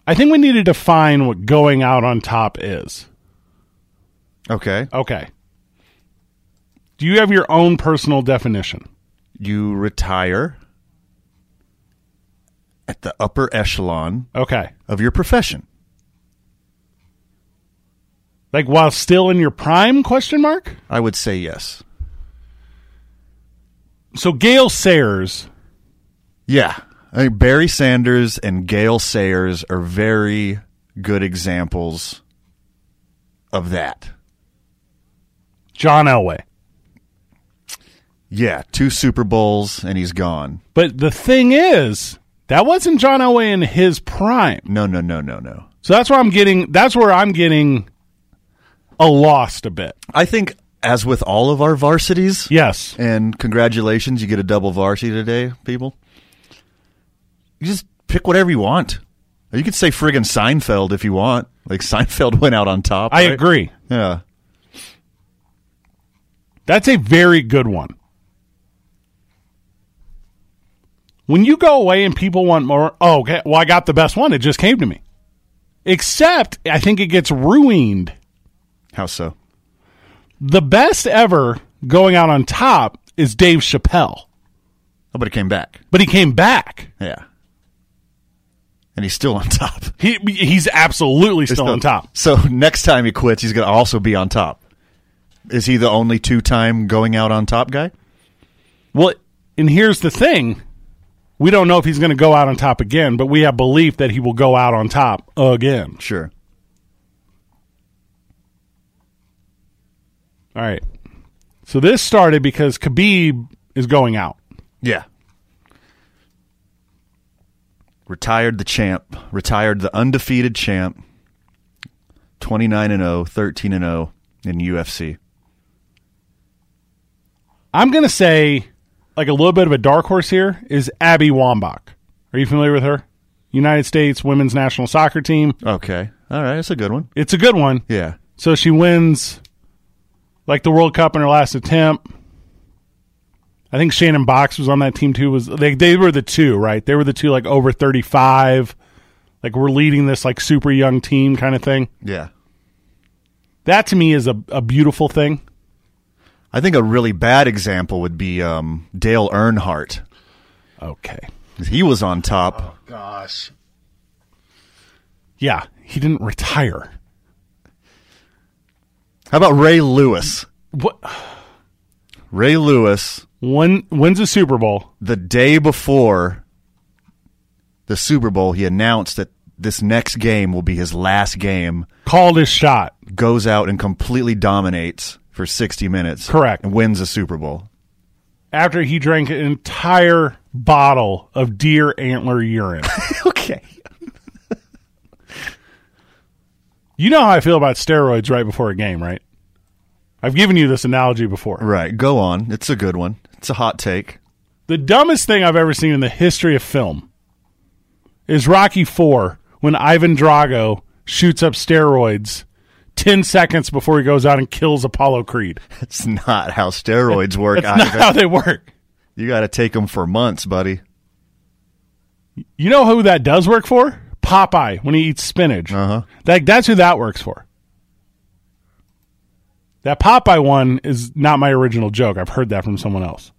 Speaker 6: I think we need to define what going out on top is.
Speaker 7: Okay.
Speaker 6: Okay. Do you have your own personal definition?
Speaker 7: You retire at the upper echelon
Speaker 6: Okay.
Speaker 7: of your profession.
Speaker 6: Like while still in your prime question mark?
Speaker 7: I would say yes.
Speaker 6: So Gail Sayers,
Speaker 7: Yeah. I think Barry Sanders and Gail Sayers are very good examples of that.
Speaker 6: John Elway.
Speaker 7: Yeah, two Super Bowls and he's gone.
Speaker 6: But the thing is, that wasn't John Elway in his prime.
Speaker 7: No, no, no, no, no.
Speaker 6: So that's where I'm getting. That's where I'm getting a lost a bit.
Speaker 7: I think as with all of our varsities,
Speaker 6: Yes.
Speaker 7: and congratulations, you get a double varsity today, people. You just pick whatever you want. Or You could say friggin' Seinfeld if you want. Like Seinfeld went out on top.
Speaker 6: I
Speaker 7: right?
Speaker 6: agree.
Speaker 7: Yeah.
Speaker 6: That's a very good one. When you go away and people want more, oh, okay, well, I got the best one. It just came to me. Except, I think it gets ruined.
Speaker 7: How so?
Speaker 6: The best ever going out on top is Dave Chappelle,
Speaker 7: Oh, but it came back.
Speaker 6: but he came back.
Speaker 7: Yeah. And he's still on top.
Speaker 6: He he's absolutely still on top.
Speaker 7: So next time he quits, he's going to also be on top. Is he the only two time going out on top guy?
Speaker 6: Well, and here's the thing. We don't know if he's going to go out on top again, but we have belief that he will go out on top again.
Speaker 7: Sure.
Speaker 6: All right. So this started because Khabib is going out.
Speaker 7: Yeah. Retired the champ, retired the undefeated champ. 29 and 0, 13 and 0 in UFC.
Speaker 6: I'm going to say, like a little bit of a dark horse here, is Abby Wambach. Are you familiar with her? United States women's national soccer team.
Speaker 7: Okay. All right, that's a good one.
Speaker 6: It's a good one.
Speaker 7: Yeah.
Speaker 6: So she wins like the World Cup in her last attempt. I think Shannon Box was on that team too. Was they they were the two, right? They were the two like over thirty five, like we're leading this like super young team kind of thing.
Speaker 7: Yeah.
Speaker 6: That to me is a, a beautiful thing.
Speaker 7: I think a really bad example would be um, Dale Earnhardt.
Speaker 6: Okay.
Speaker 7: He was on top.
Speaker 3: Gosh.
Speaker 6: Yeah. He didn't retire.
Speaker 7: How about Ray Lewis?
Speaker 6: What
Speaker 7: Ray Lewis
Speaker 6: when when's the Super Bowl?
Speaker 7: the day before the Super Bowl, he announced that this next game will be his last game.
Speaker 6: Called his shot.
Speaker 7: Goes out and completely dominates for 60 minutes.
Speaker 6: Correct.
Speaker 7: And wins the Super Bowl.
Speaker 6: After he drank an entire bottle of deer antler urine.
Speaker 7: Okay.
Speaker 6: You know how I feel about steroids right before a game, right? I've given you this analogy before.
Speaker 7: Right. Go on. It's a good one. It's a hot take.
Speaker 6: The dumbest thing I've ever seen in the history of film is Rocky Four when Ivan Drago shoots up steroids ten seconds before he goes out and kills Apollo Creed.
Speaker 7: It's not how steroids work,
Speaker 6: That's not
Speaker 7: Ivan.
Speaker 6: how they work.
Speaker 7: you got to take them for months, buddy.
Speaker 6: You know who that does work for? Popeye when he eats spinach.
Speaker 7: Uh-huh.
Speaker 6: Like that's who that works for. That Popeye one is not my original joke. I've heard that from someone else.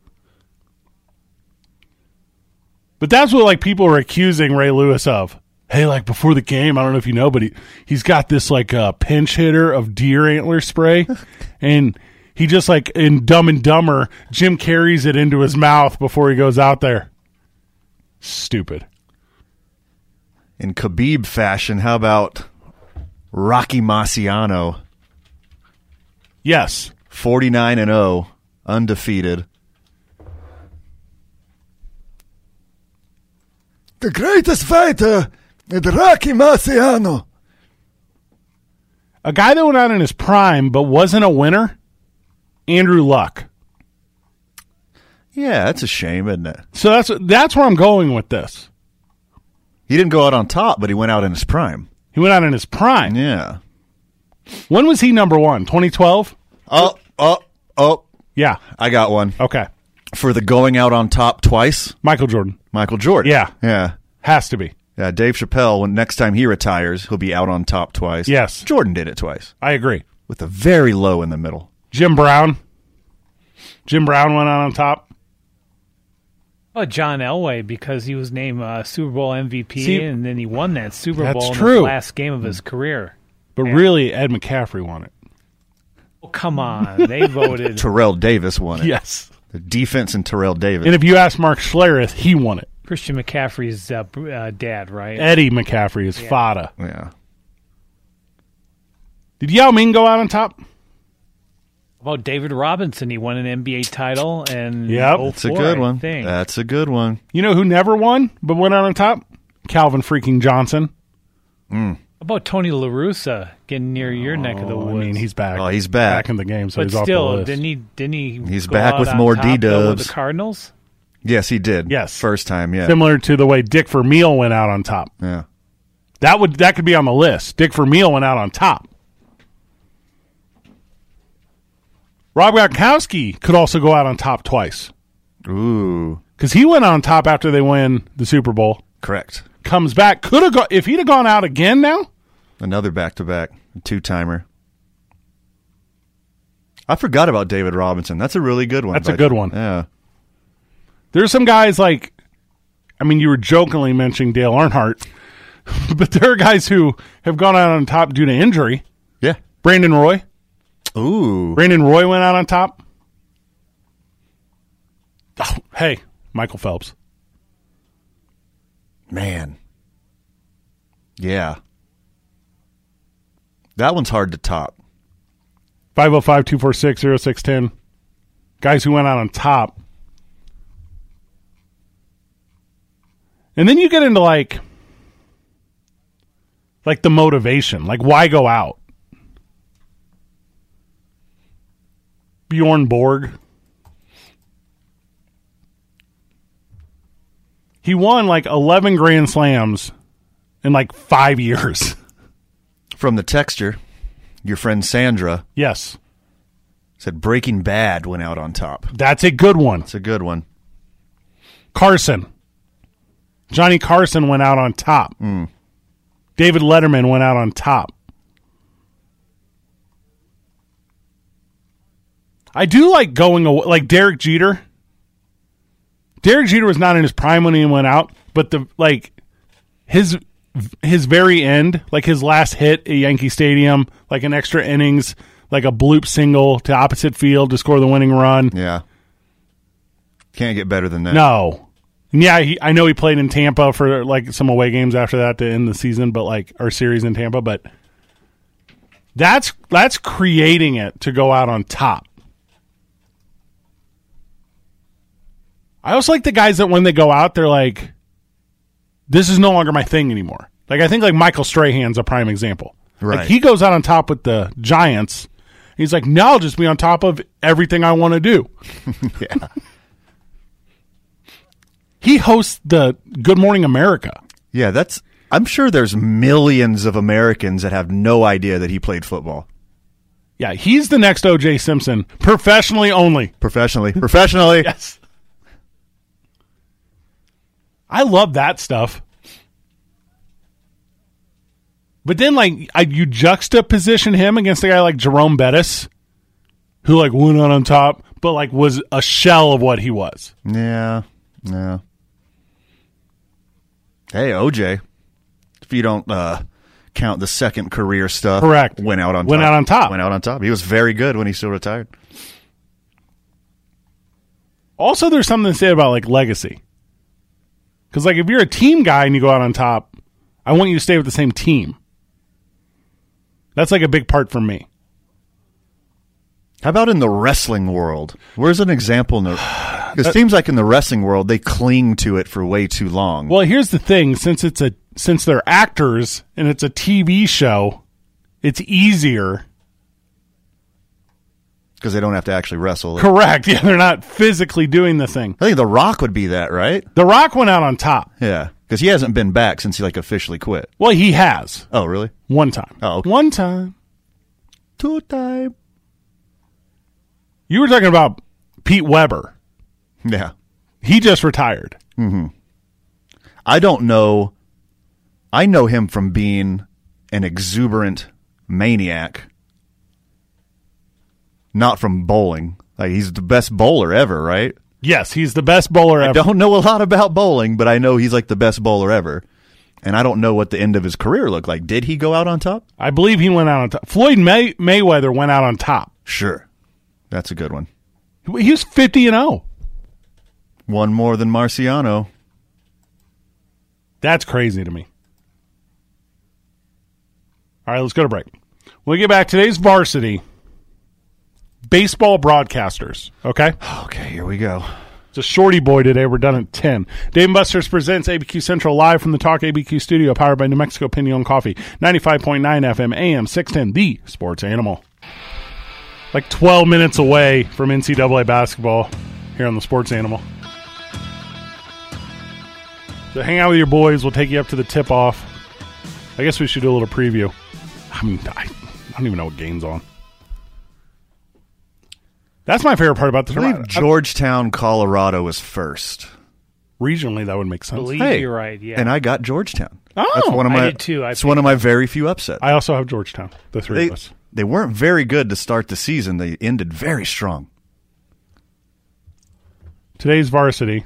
Speaker 6: But that's what like people are accusing Ray Lewis of. Hey, like before the game, I don't know if you know, but he he's got this like uh, pinch hitter of deer antler spray, and he just like in Dumb and Dumber, Jim carries it into his mouth before he goes out there. Stupid.
Speaker 7: In Khabib fashion, how about Rocky Marciano?
Speaker 6: Yes.
Speaker 7: 49 and 0, undefeated.
Speaker 3: The greatest fighter is Rocky Marciano.
Speaker 6: A guy that went out in his prime but wasn't a winner, Andrew Luck.
Speaker 7: Yeah, that's a shame, isn't it?
Speaker 6: So that's that's where I'm going with this.
Speaker 7: He didn't go out on top, but he went out in his prime.
Speaker 6: He went out in his prime.
Speaker 7: Yeah.
Speaker 6: When was he number one? 2012?
Speaker 7: Oh, oh, oh.
Speaker 6: Yeah.
Speaker 7: I got one.
Speaker 6: Okay.
Speaker 7: For the going out on top twice,
Speaker 6: Michael Jordan
Speaker 7: Michael Jordan.
Speaker 6: Yeah.
Speaker 7: Yeah.
Speaker 6: has to be.
Speaker 7: Yeah. Dave Chappelle, when next time he retires, he'll be out on top twice.
Speaker 6: Yes.
Speaker 7: Jordan did it twice
Speaker 6: I agree.
Speaker 7: with a very low in the middle.
Speaker 6: Jim Brown. Jim Brown went out on top.
Speaker 8: Oh, John Elway because he was named uh, Super Bowl MVP
Speaker 6: See-
Speaker 8: and then he won that Super
Speaker 6: That's
Speaker 8: Bowl in
Speaker 6: true. Mm.
Speaker 8: the last game of his career.
Speaker 6: But really, Ed McCaffrey won it.
Speaker 8: Oh, come on, they voted.
Speaker 7: Terrell Davis won it.
Speaker 6: Yes.
Speaker 7: The defense and Terrell Davis.
Speaker 6: And if you ask Mark Schlereth, he won it.
Speaker 8: Christian McCaffrey's uh, br- uh, dad, right?
Speaker 6: Eddie McCaffrey is fada.
Speaker 7: yeah.
Speaker 6: Did Yao Ming go out on top?
Speaker 8: About David Robinson, he won an NBA title and oh
Speaker 6: Yep.
Speaker 7: That's a good one.
Speaker 8: Thing.
Speaker 7: That's a good one.
Speaker 6: You know who never won but went out on top? Calvin freaking Johnson.
Speaker 8: about Tony LaRussa getting near your neck of the
Speaker 6: I
Speaker 8: woods?
Speaker 6: mean, he's back.
Speaker 7: Oh, he's back.
Speaker 6: back in the game, so
Speaker 8: but
Speaker 6: he's
Speaker 8: still,
Speaker 6: off the list.
Speaker 8: didn't he? Didn't he?
Speaker 7: He's
Speaker 8: go
Speaker 7: back
Speaker 8: out
Speaker 7: with
Speaker 8: on
Speaker 7: more
Speaker 8: top, though,
Speaker 7: D-dubs.
Speaker 8: With the Cardinals.
Speaker 7: Yes, he did.
Speaker 6: Yes.
Speaker 7: First time, yeah.
Speaker 6: Similar to the way Dick Vermeil went out on top.
Speaker 7: yeah.
Speaker 6: That would that could be on the list. Dick Vermeil went out on top. Rob Gronkowski could also go out on top twice
Speaker 7: Ooh.
Speaker 6: because he went on top after they win the Super Bowl.
Speaker 7: Correct.
Speaker 6: Comes back, could have gone if he'd have gone out again. Now
Speaker 7: Another back to back, two timer. I forgot about David Robinson. That's a really good one.
Speaker 6: That's a
Speaker 7: But-
Speaker 6: good one.
Speaker 7: Yeah.
Speaker 6: there's some guys like, I mean, you were jokingly mentioning Dale Earnhardt, but there are guys who have gone out on top due to injury.
Speaker 7: Yeah.
Speaker 6: Brandon Roy,
Speaker 7: Ooh.
Speaker 6: Brandon Roy went out on top. Oh, hey, Michael Phelps.
Speaker 7: Man. Yeah. That one's hard to top.
Speaker 6: 505-246-0610. Guys who went out on top. And then you get into like like the motivation, like why go out? Bjorn Borg. He won like 11 grand slams in like 5 years.
Speaker 7: From the texture, your friend Sandra
Speaker 6: yes.
Speaker 7: said Breaking Bad went out on top.
Speaker 6: That's a good one.
Speaker 7: It's a good one.
Speaker 6: Carson. Johnny Carson went out on top. David Letterman went out on top. I do like going away, like Derek Jeter. Derek Jeter was not in his prime when he went out, but the like his his very end, like his last hit at Yankee Stadium, like an extra innings, like a bloop single to opposite field to score the winning run.
Speaker 7: Yeah. Can't get better than that.
Speaker 6: No. And Yeah, he, I know he played in Tampa for like some away games after that to end the season, but like our series in Tampa, but that's that's creating it to go out on top. I also like the guys that when they go out, they're like, "This is no longer my thing anymore." Like I think like Michael Strahan's a prime example.
Speaker 7: Right.
Speaker 6: Like he goes out on top with the Giants. He's like, "Now I'll just be on top of everything I want to do."
Speaker 7: Yeah.
Speaker 6: He hosts the Good Morning America.
Speaker 7: Yeah, that's. I'm sure there's millions of Americans that have no idea that he played football
Speaker 6: Yeah, he's the next OJ Simpson, professionally only.
Speaker 7: professionally. Professionally.
Speaker 6: Yes. I love that stuff. But then, like, I, you juxtaposition him against a guy like Jerome Bettis, who, like, went out on top, but, like, was a shell of what he was.
Speaker 7: Yeah. Yeah. Hey, OJ. If you don't uh, count the second career stuff,
Speaker 6: Correct.
Speaker 7: Went out on
Speaker 6: Went
Speaker 7: top.
Speaker 6: out on top.
Speaker 7: Went out on top. He was very good when he still retired.
Speaker 6: Also, there's something to say about, like, legacy. Because, like, if you're a team guy and you go out on top, I want you to stay with the same team. That's, like, a big part for me.
Speaker 7: How about in the wrestling world? Where's an example? in the?
Speaker 6: Uh,
Speaker 7: Because seems like in the wrestling world, they cling to it for way too long.
Speaker 6: Well, here's the thing: since it's a since they're actors and it's a TV show, it's easier.
Speaker 7: Because they don't have to actually wrestle.
Speaker 6: Correct? Yeah, they're not physically doing the thing.
Speaker 7: I think The Rock would be that, right?
Speaker 6: The Rock went out on top.
Speaker 7: Yeah, because he hasn't been back since he like officially quit.
Speaker 6: Well, he has
Speaker 7: Oh, really?
Speaker 6: one time.
Speaker 7: Oh, okay.
Speaker 6: one time.
Speaker 7: Two time.
Speaker 6: You were talking about Pete Weber.
Speaker 7: Yeah,
Speaker 6: He just retired.
Speaker 7: I don't know. I know him from being an exuberant maniac, not from bowling. Like he's the best bowler ever, right?
Speaker 6: Yes, he's the best bowler
Speaker 7: I
Speaker 6: ever.
Speaker 7: don't know a lot about bowling, but I know he's like the best bowler ever. And I don't know what the end of his career looked like. Did he go out on top?
Speaker 6: I believe he went out on top. Floyd May- Mayweather went out on top.
Speaker 7: Sure, that's a good one.
Speaker 6: He was 50 and oh. 0.
Speaker 7: One more than Marciano.
Speaker 6: That's crazy to me. All right, let's go to break. When we get back, today's varsity baseball broadcasters. Okay.
Speaker 7: Okay, here we go.
Speaker 6: It's a shorty boy today. We're done at 10. Dave and Buster's presents ABQ Central live from the Talk ABQ studio, powered by New Mexico Pinion Coffee, 95.9 FM, AM 610, the sports animal. Like 12 minutes away from NCAA basketball here on the sports animal. So hang out with your boys. We'll take you up to the tip off. I guess we should do a little preview. I mean, I, I don't even know what game's on. That's my favorite part about the
Speaker 7: I believe
Speaker 6: tournament.
Speaker 7: Georgetown, Colorado is first.
Speaker 6: Regionally, that would make sense.
Speaker 8: believe you're right. Yeah.
Speaker 7: And I got Georgetown.
Speaker 6: Oh,
Speaker 7: That's one of
Speaker 8: I
Speaker 7: my,
Speaker 8: did too. I
Speaker 7: it's one of my very few upsets.
Speaker 6: I also have Georgetown. The three
Speaker 7: they,
Speaker 6: of us.
Speaker 7: they weren't very good to start the season. They ended very strong.
Speaker 6: Today's varsity.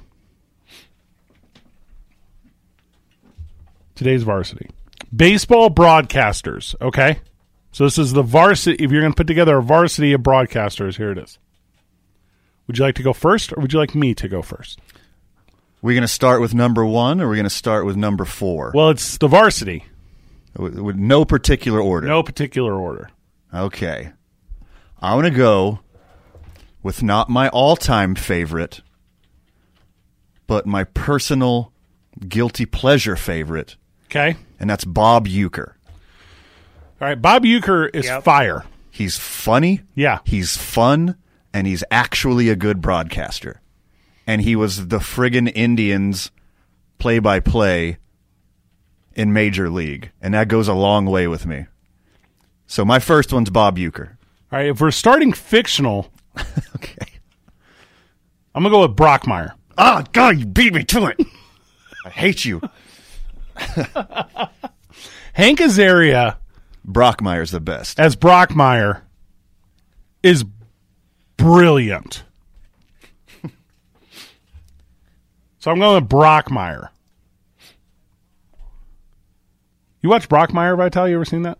Speaker 6: Today's varsity. Baseball broadcasters. Okay. So this is the varsity. If you're going to put together a varsity of broadcasters, here it is. Would you like to go first, or would you like me to go first?
Speaker 7: We're going to start with number one, or we're going to start with number four.
Speaker 6: Well, it's the varsity.
Speaker 7: with, with no particular order.
Speaker 6: No particular order.
Speaker 7: Okay. I want to go with not my all time favorite, but my personal guilty pleasure favorite,
Speaker 6: Okay.
Speaker 7: and that's Bob Euchre.
Speaker 6: All right. Bob Euchre is fire.
Speaker 7: He's funny.
Speaker 6: Yeah.
Speaker 7: He's fun, and he's actually a good broadcaster. And he was the friggin' Indians play by play in Major League, and that goes a long way with me. So my first one's Bob Euchre.
Speaker 6: All right. If we're starting fictional,
Speaker 7: Okay.
Speaker 6: I'm gonna go with Brockmeyer.
Speaker 7: Oh, God, you beat me to it. I hate you.
Speaker 6: Hank Azaria
Speaker 7: Brockmeyer's the best.
Speaker 6: as Brockmeyer is brilliant. so I'm going with Brockmeyer. You watch Brockmeyer, Vital? You ever seen that?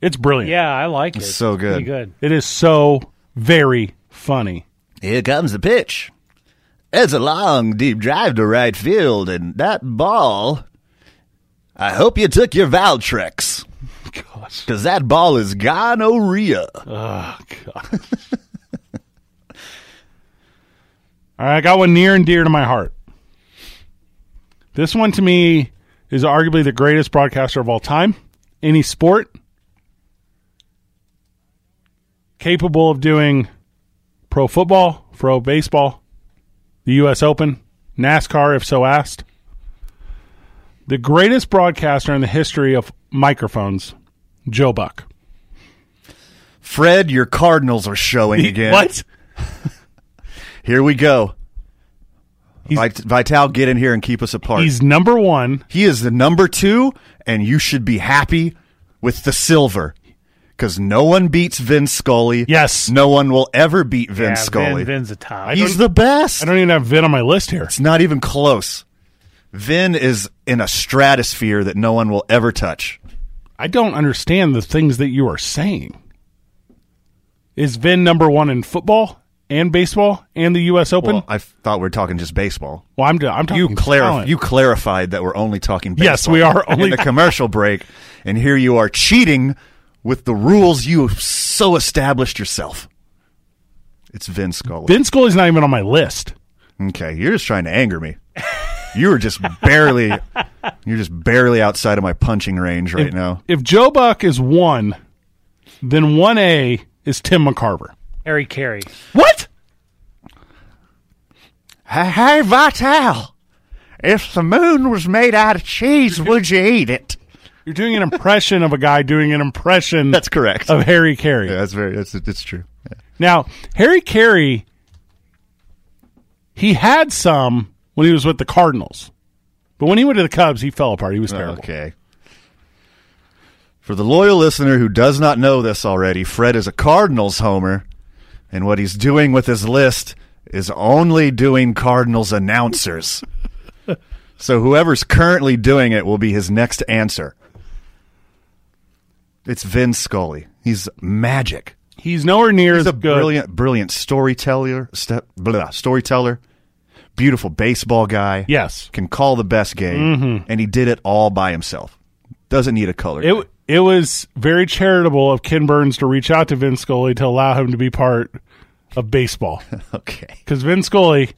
Speaker 6: It's brilliant.
Speaker 8: yeah, I like it.
Speaker 7: so
Speaker 8: It's pretty
Speaker 7: good.
Speaker 8: good.
Speaker 6: It is so very funny.
Speaker 7: Here comes the pitch. It's a long, deep drive to right field, and that ball. I hope you took your Valtrex.
Speaker 6: Gosh.
Speaker 7: Because that ball is gonorrhea.
Speaker 6: All right, I got one near and dear to my heart. This one to me is arguably the greatest broadcaster of all time. Any sport capable of doing pro football, pro baseball, the U.S. Open, NASCAR, if so asked. The greatest broadcaster in the history of microphones, Joe Buck.
Speaker 7: Fred, your Cardinals are showing again.
Speaker 6: What?
Speaker 7: Here we go.
Speaker 6: He's-
Speaker 7: Vit- Vital, get in here and keep us apart.
Speaker 6: He's number one.
Speaker 7: he is the number two, and you should be happy with the silver. Because no one beats Vin Scully.
Speaker 6: Yes.
Speaker 7: No one will ever beat Vin
Speaker 8: Yeah,
Speaker 7: Scully.
Speaker 8: Vin, Vin's a top.
Speaker 7: He's the best.
Speaker 6: I don't even have Vin on my list here.
Speaker 7: It's not even close. Vin is in a stratosphere that no one will ever touch.
Speaker 6: I don't understand the things that you are saying. Is Vin number one in football and baseball and the U.S. Open?
Speaker 7: Well,
Speaker 6: Well,
Speaker 7: I f- thought we were talking just baseball.
Speaker 6: I'm, I'm talking
Speaker 7: you clarif-
Speaker 6: talent.
Speaker 7: you clarified that we're only talking baseball.
Speaker 6: Yes, we are only-
Speaker 7: in the commercial break, and here you are cheating with the rules you have so established yourself. It's Vin Scully.
Speaker 6: Vin Scully's not even on my list.
Speaker 7: okay, you're just trying to anger me. You are just barely, you're just barely outside of my punching range right now.
Speaker 6: If Joe Buck is one, then one A is Tim McCarver.
Speaker 8: Harry Carey.
Speaker 6: What?
Speaker 7: Hey, Vital, if the moon was made out of cheese, would you eat it?
Speaker 6: You're doing an impression of a guy doing an impression
Speaker 7: That's correct.
Speaker 6: of Harry Carey.
Speaker 7: Yeah, that's very, that's, that's true.
Speaker 6: Now, Harry Carey, he had some when he was with the Cardinals, but when he went to the Cubs, he fell apart. He was terrible.
Speaker 7: Okay. For the loyal listener who does not know this already, Fred is a Cardinals homer, and what he's doing with his list is only doing Cardinals announcers. so whoever's currently doing it will be his next answer. It's Vin Scully. He's magic.
Speaker 6: He's nowhere near
Speaker 7: He's
Speaker 6: as
Speaker 7: a
Speaker 6: good.
Speaker 7: brilliant, brilliant storyteller. Step, blah, storyteller, beautiful baseball guy.
Speaker 6: Yes.
Speaker 7: can call the best game,
Speaker 8: Mm-hmm.
Speaker 7: and he did it all by himself. Doesn't need a color. guy.
Speaker 6: It it was very charitable of Ken Burns to reach out to Vin Scully to allow him to be part of baseball
Speaker 7: okay.
Speaker 6: because Vin Scully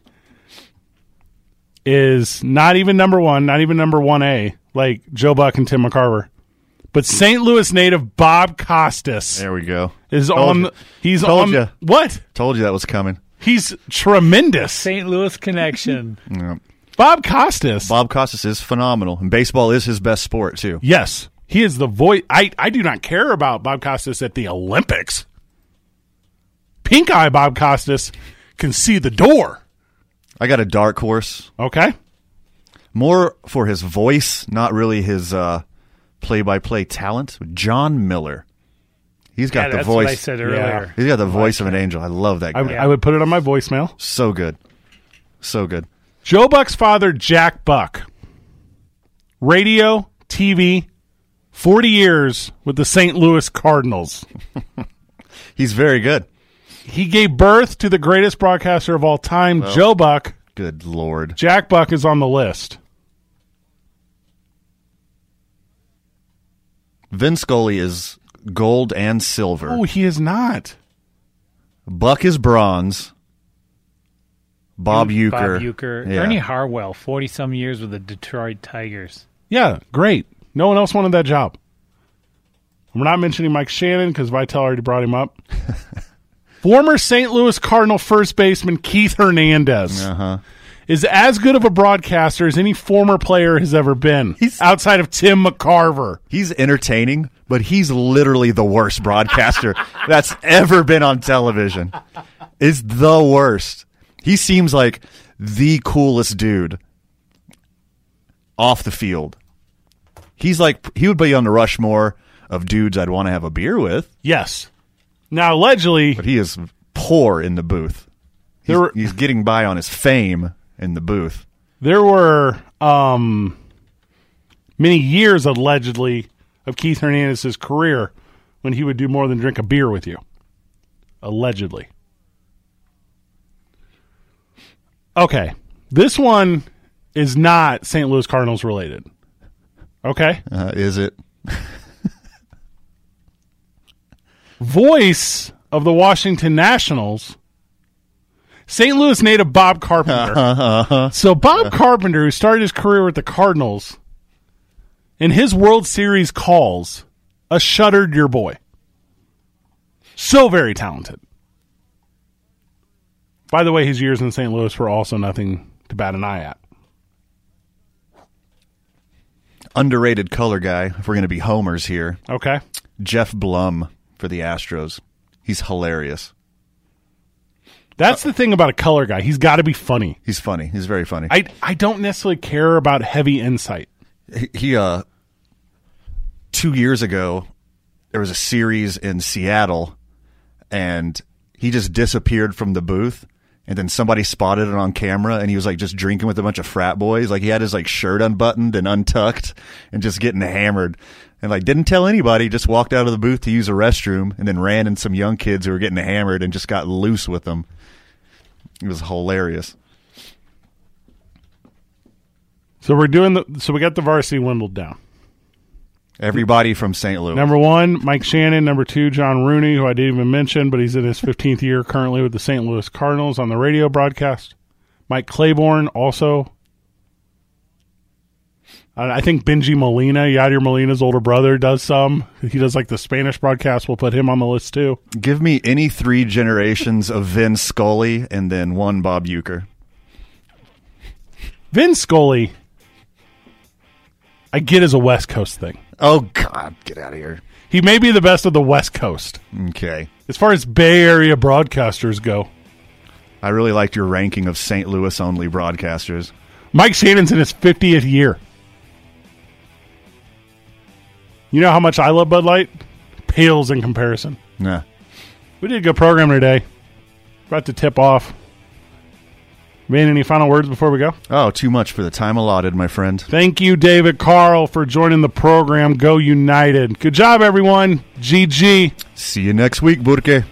Speaker 6: is not even number one, not even number one A, like Joe Buck and Tim McCarver. But St. Louis native Bob Costas
Speaker 7: Hmm. There we go.
Speaker 6: is
Speaker 7: Told
Speaker 6: on.
Speaker 7: ya.
Speaker 6: He's
Speaker 7: Told
Speaker 6: on
Speaker 7: ya.
Speaker 6: what?
Speaker 7: Told you that was coming.
Speaker 6: He's tremendous.
Speaker 8: St. Louis connection.
Speaker 6: Bob Costas.
Speaker 7: Bob Costas is phenomenal, and baseball is his best sport too.
Speaker 6: Yes, he is the voice. I I do not care about Bob Costas at the Olympics. Pink eye Bob Costas can see the door.
Speaker 7: I got a dark horse,
Speaker 6: Okay,
Speaker 7: more for his voice, not really his uh, play-by-play talent. John Miller, he's got
Speaker 8: Yeah,
Speaker 7: the
Speaker 8: that's
Speaker 7: voice.
Speaker 8: what I said earlier.
Speaker 7: He's got the voice of an angel. I love that
Speaker 6: I,
Speaker 7: guy.
Speaker 6: I would put it on my voicemail.
Speaker 7: So good, so good.
Speaker 6: Joe Buck's father, Jack Buck, radio, TV, forty years with the St. Louis Cardinals.
Speaker 7: He's very good.
Speaker 6: He gave birth to the greatest broadcaster of all time, Joe Buck.
Speaker 7: Good lord.
Speaker 6: Jack Buck is on the list.
Speaker 7: Vin Scully is gold and silver.
Speaker 6: Oh, he is not.
Speaker 7: Buck is bronze. Bob Euchre.
Speaker 8: Bob Euchre.
Speaker 7: Yeah.
Speaker 8: Ernie Harwell, 40 some years with the Detroit Tigers.
Speaker 6: Yeah, great. No one else wanted that job. We're not mentioning Mike Shannon because Vital already brought him up. Former St. Louis Cardinal first baseman Keith Hernandez is as good of a broadcaster as any former player has ever been,
Speaker 7: He's-
Speaker 6: outside of Tim McCarver.
Speaker 7: He's entertaining, but he's literally the worst broadcaster that's ever been on television. Is the worst. He seems like the coolest dude off the field. He's like he would be on the Rushmore of dudes I'd want to have a beer with,
Speaker 6: Yes. Now, allegedly,
Speaker 7: but he is poor in the booth. He's,
Speaker 6: There were-
Speaker 7: he's getting by on his fame in the booth.
Speaker 6: there were um, many years, allegedly, of Keith Hernandez's career when he would do more than drink a beer with you. Allegedly. Okay. This one is not St. Louis Cardinals related. Okay.
Speaker 7: Uh, is it?
Speaker 6: Voice of the Washington Nationals, St. Louis native Bob Carpenter. So, Bob Carpenter, who started his career with the Cardinals, in his World Series calls, a shuttered your boy. So very talented. By the way, his years in St. Louis were also nothing to bat an eye at.
Speaker 7: Underrated color guy. If we're going to be homers here,
Speaker 6: Okay.
Speaker 7: Jeff Blum for the Astros. He's hilarious.
Speaker 6: That's the thing about a color guy. He's got to be funny.
Speaker 7: He's funny. He's very funny.
Speaker 6: I, I don't necessarily care about heavy insight.
Speaker 7: he, he, uh, two years ago, there was a series in Seattle, and he just disappeared from the booth. And then somebody spotted it on camera, and he was like just drinking with a bunch of frat boys. Like he had his like shirt unbuttoned and untucked, and just getting hammered, and like didn't tell anybody. Just walked out of the booth to use a restroom, and then ran in some young kids who were getting hammered, and just got loose with them. It was hilarious.
Speaker 6: So we're doing the so we got the varsity wimbled down.
Speaker 7: Everybody from St. Louis.
Speaker 6: Number one, Mike Shannon. Number two, John Rooney, who I didn't even mention, but he's in his 15th year currently with the St. Louis Cardinals on the radio broadcast. Mike Claiborne also. I I think Benji Molina, Yadier Molina's older brother, does some. He does like the Spanish broadcast. We'll put him on the list too.
Speaker 7: Give me any three generations of Vin Scully and then one Bob Euchre.
Speaker 6: Vin Scully, I get is a West Coast thing.
Speaker 7: Oh God, get out of here.
Speaker 6: He may be the best of the West Coast
Speaker 7: Okay.
Speaker 6: as far as Bay Area broadcasters go.
Speaker 7: I really liked your ranking of St. Louis only broadcasters.
Speaker 6: Mike Shannon's in his 50th year. You know how much I love Bud Light? Pales in comparison.
Speaker 7: Nah.
Speaker 6: We did a good program today. About to tip off. Man, any final words before we go?
Speaker 7: Oh, too much for the time allotted, my friend.
Speaker 6: Thank you, David Carl, for joining the program. Go United. Good job, everyone. GG.
Speaker 7: See you next week, Burke.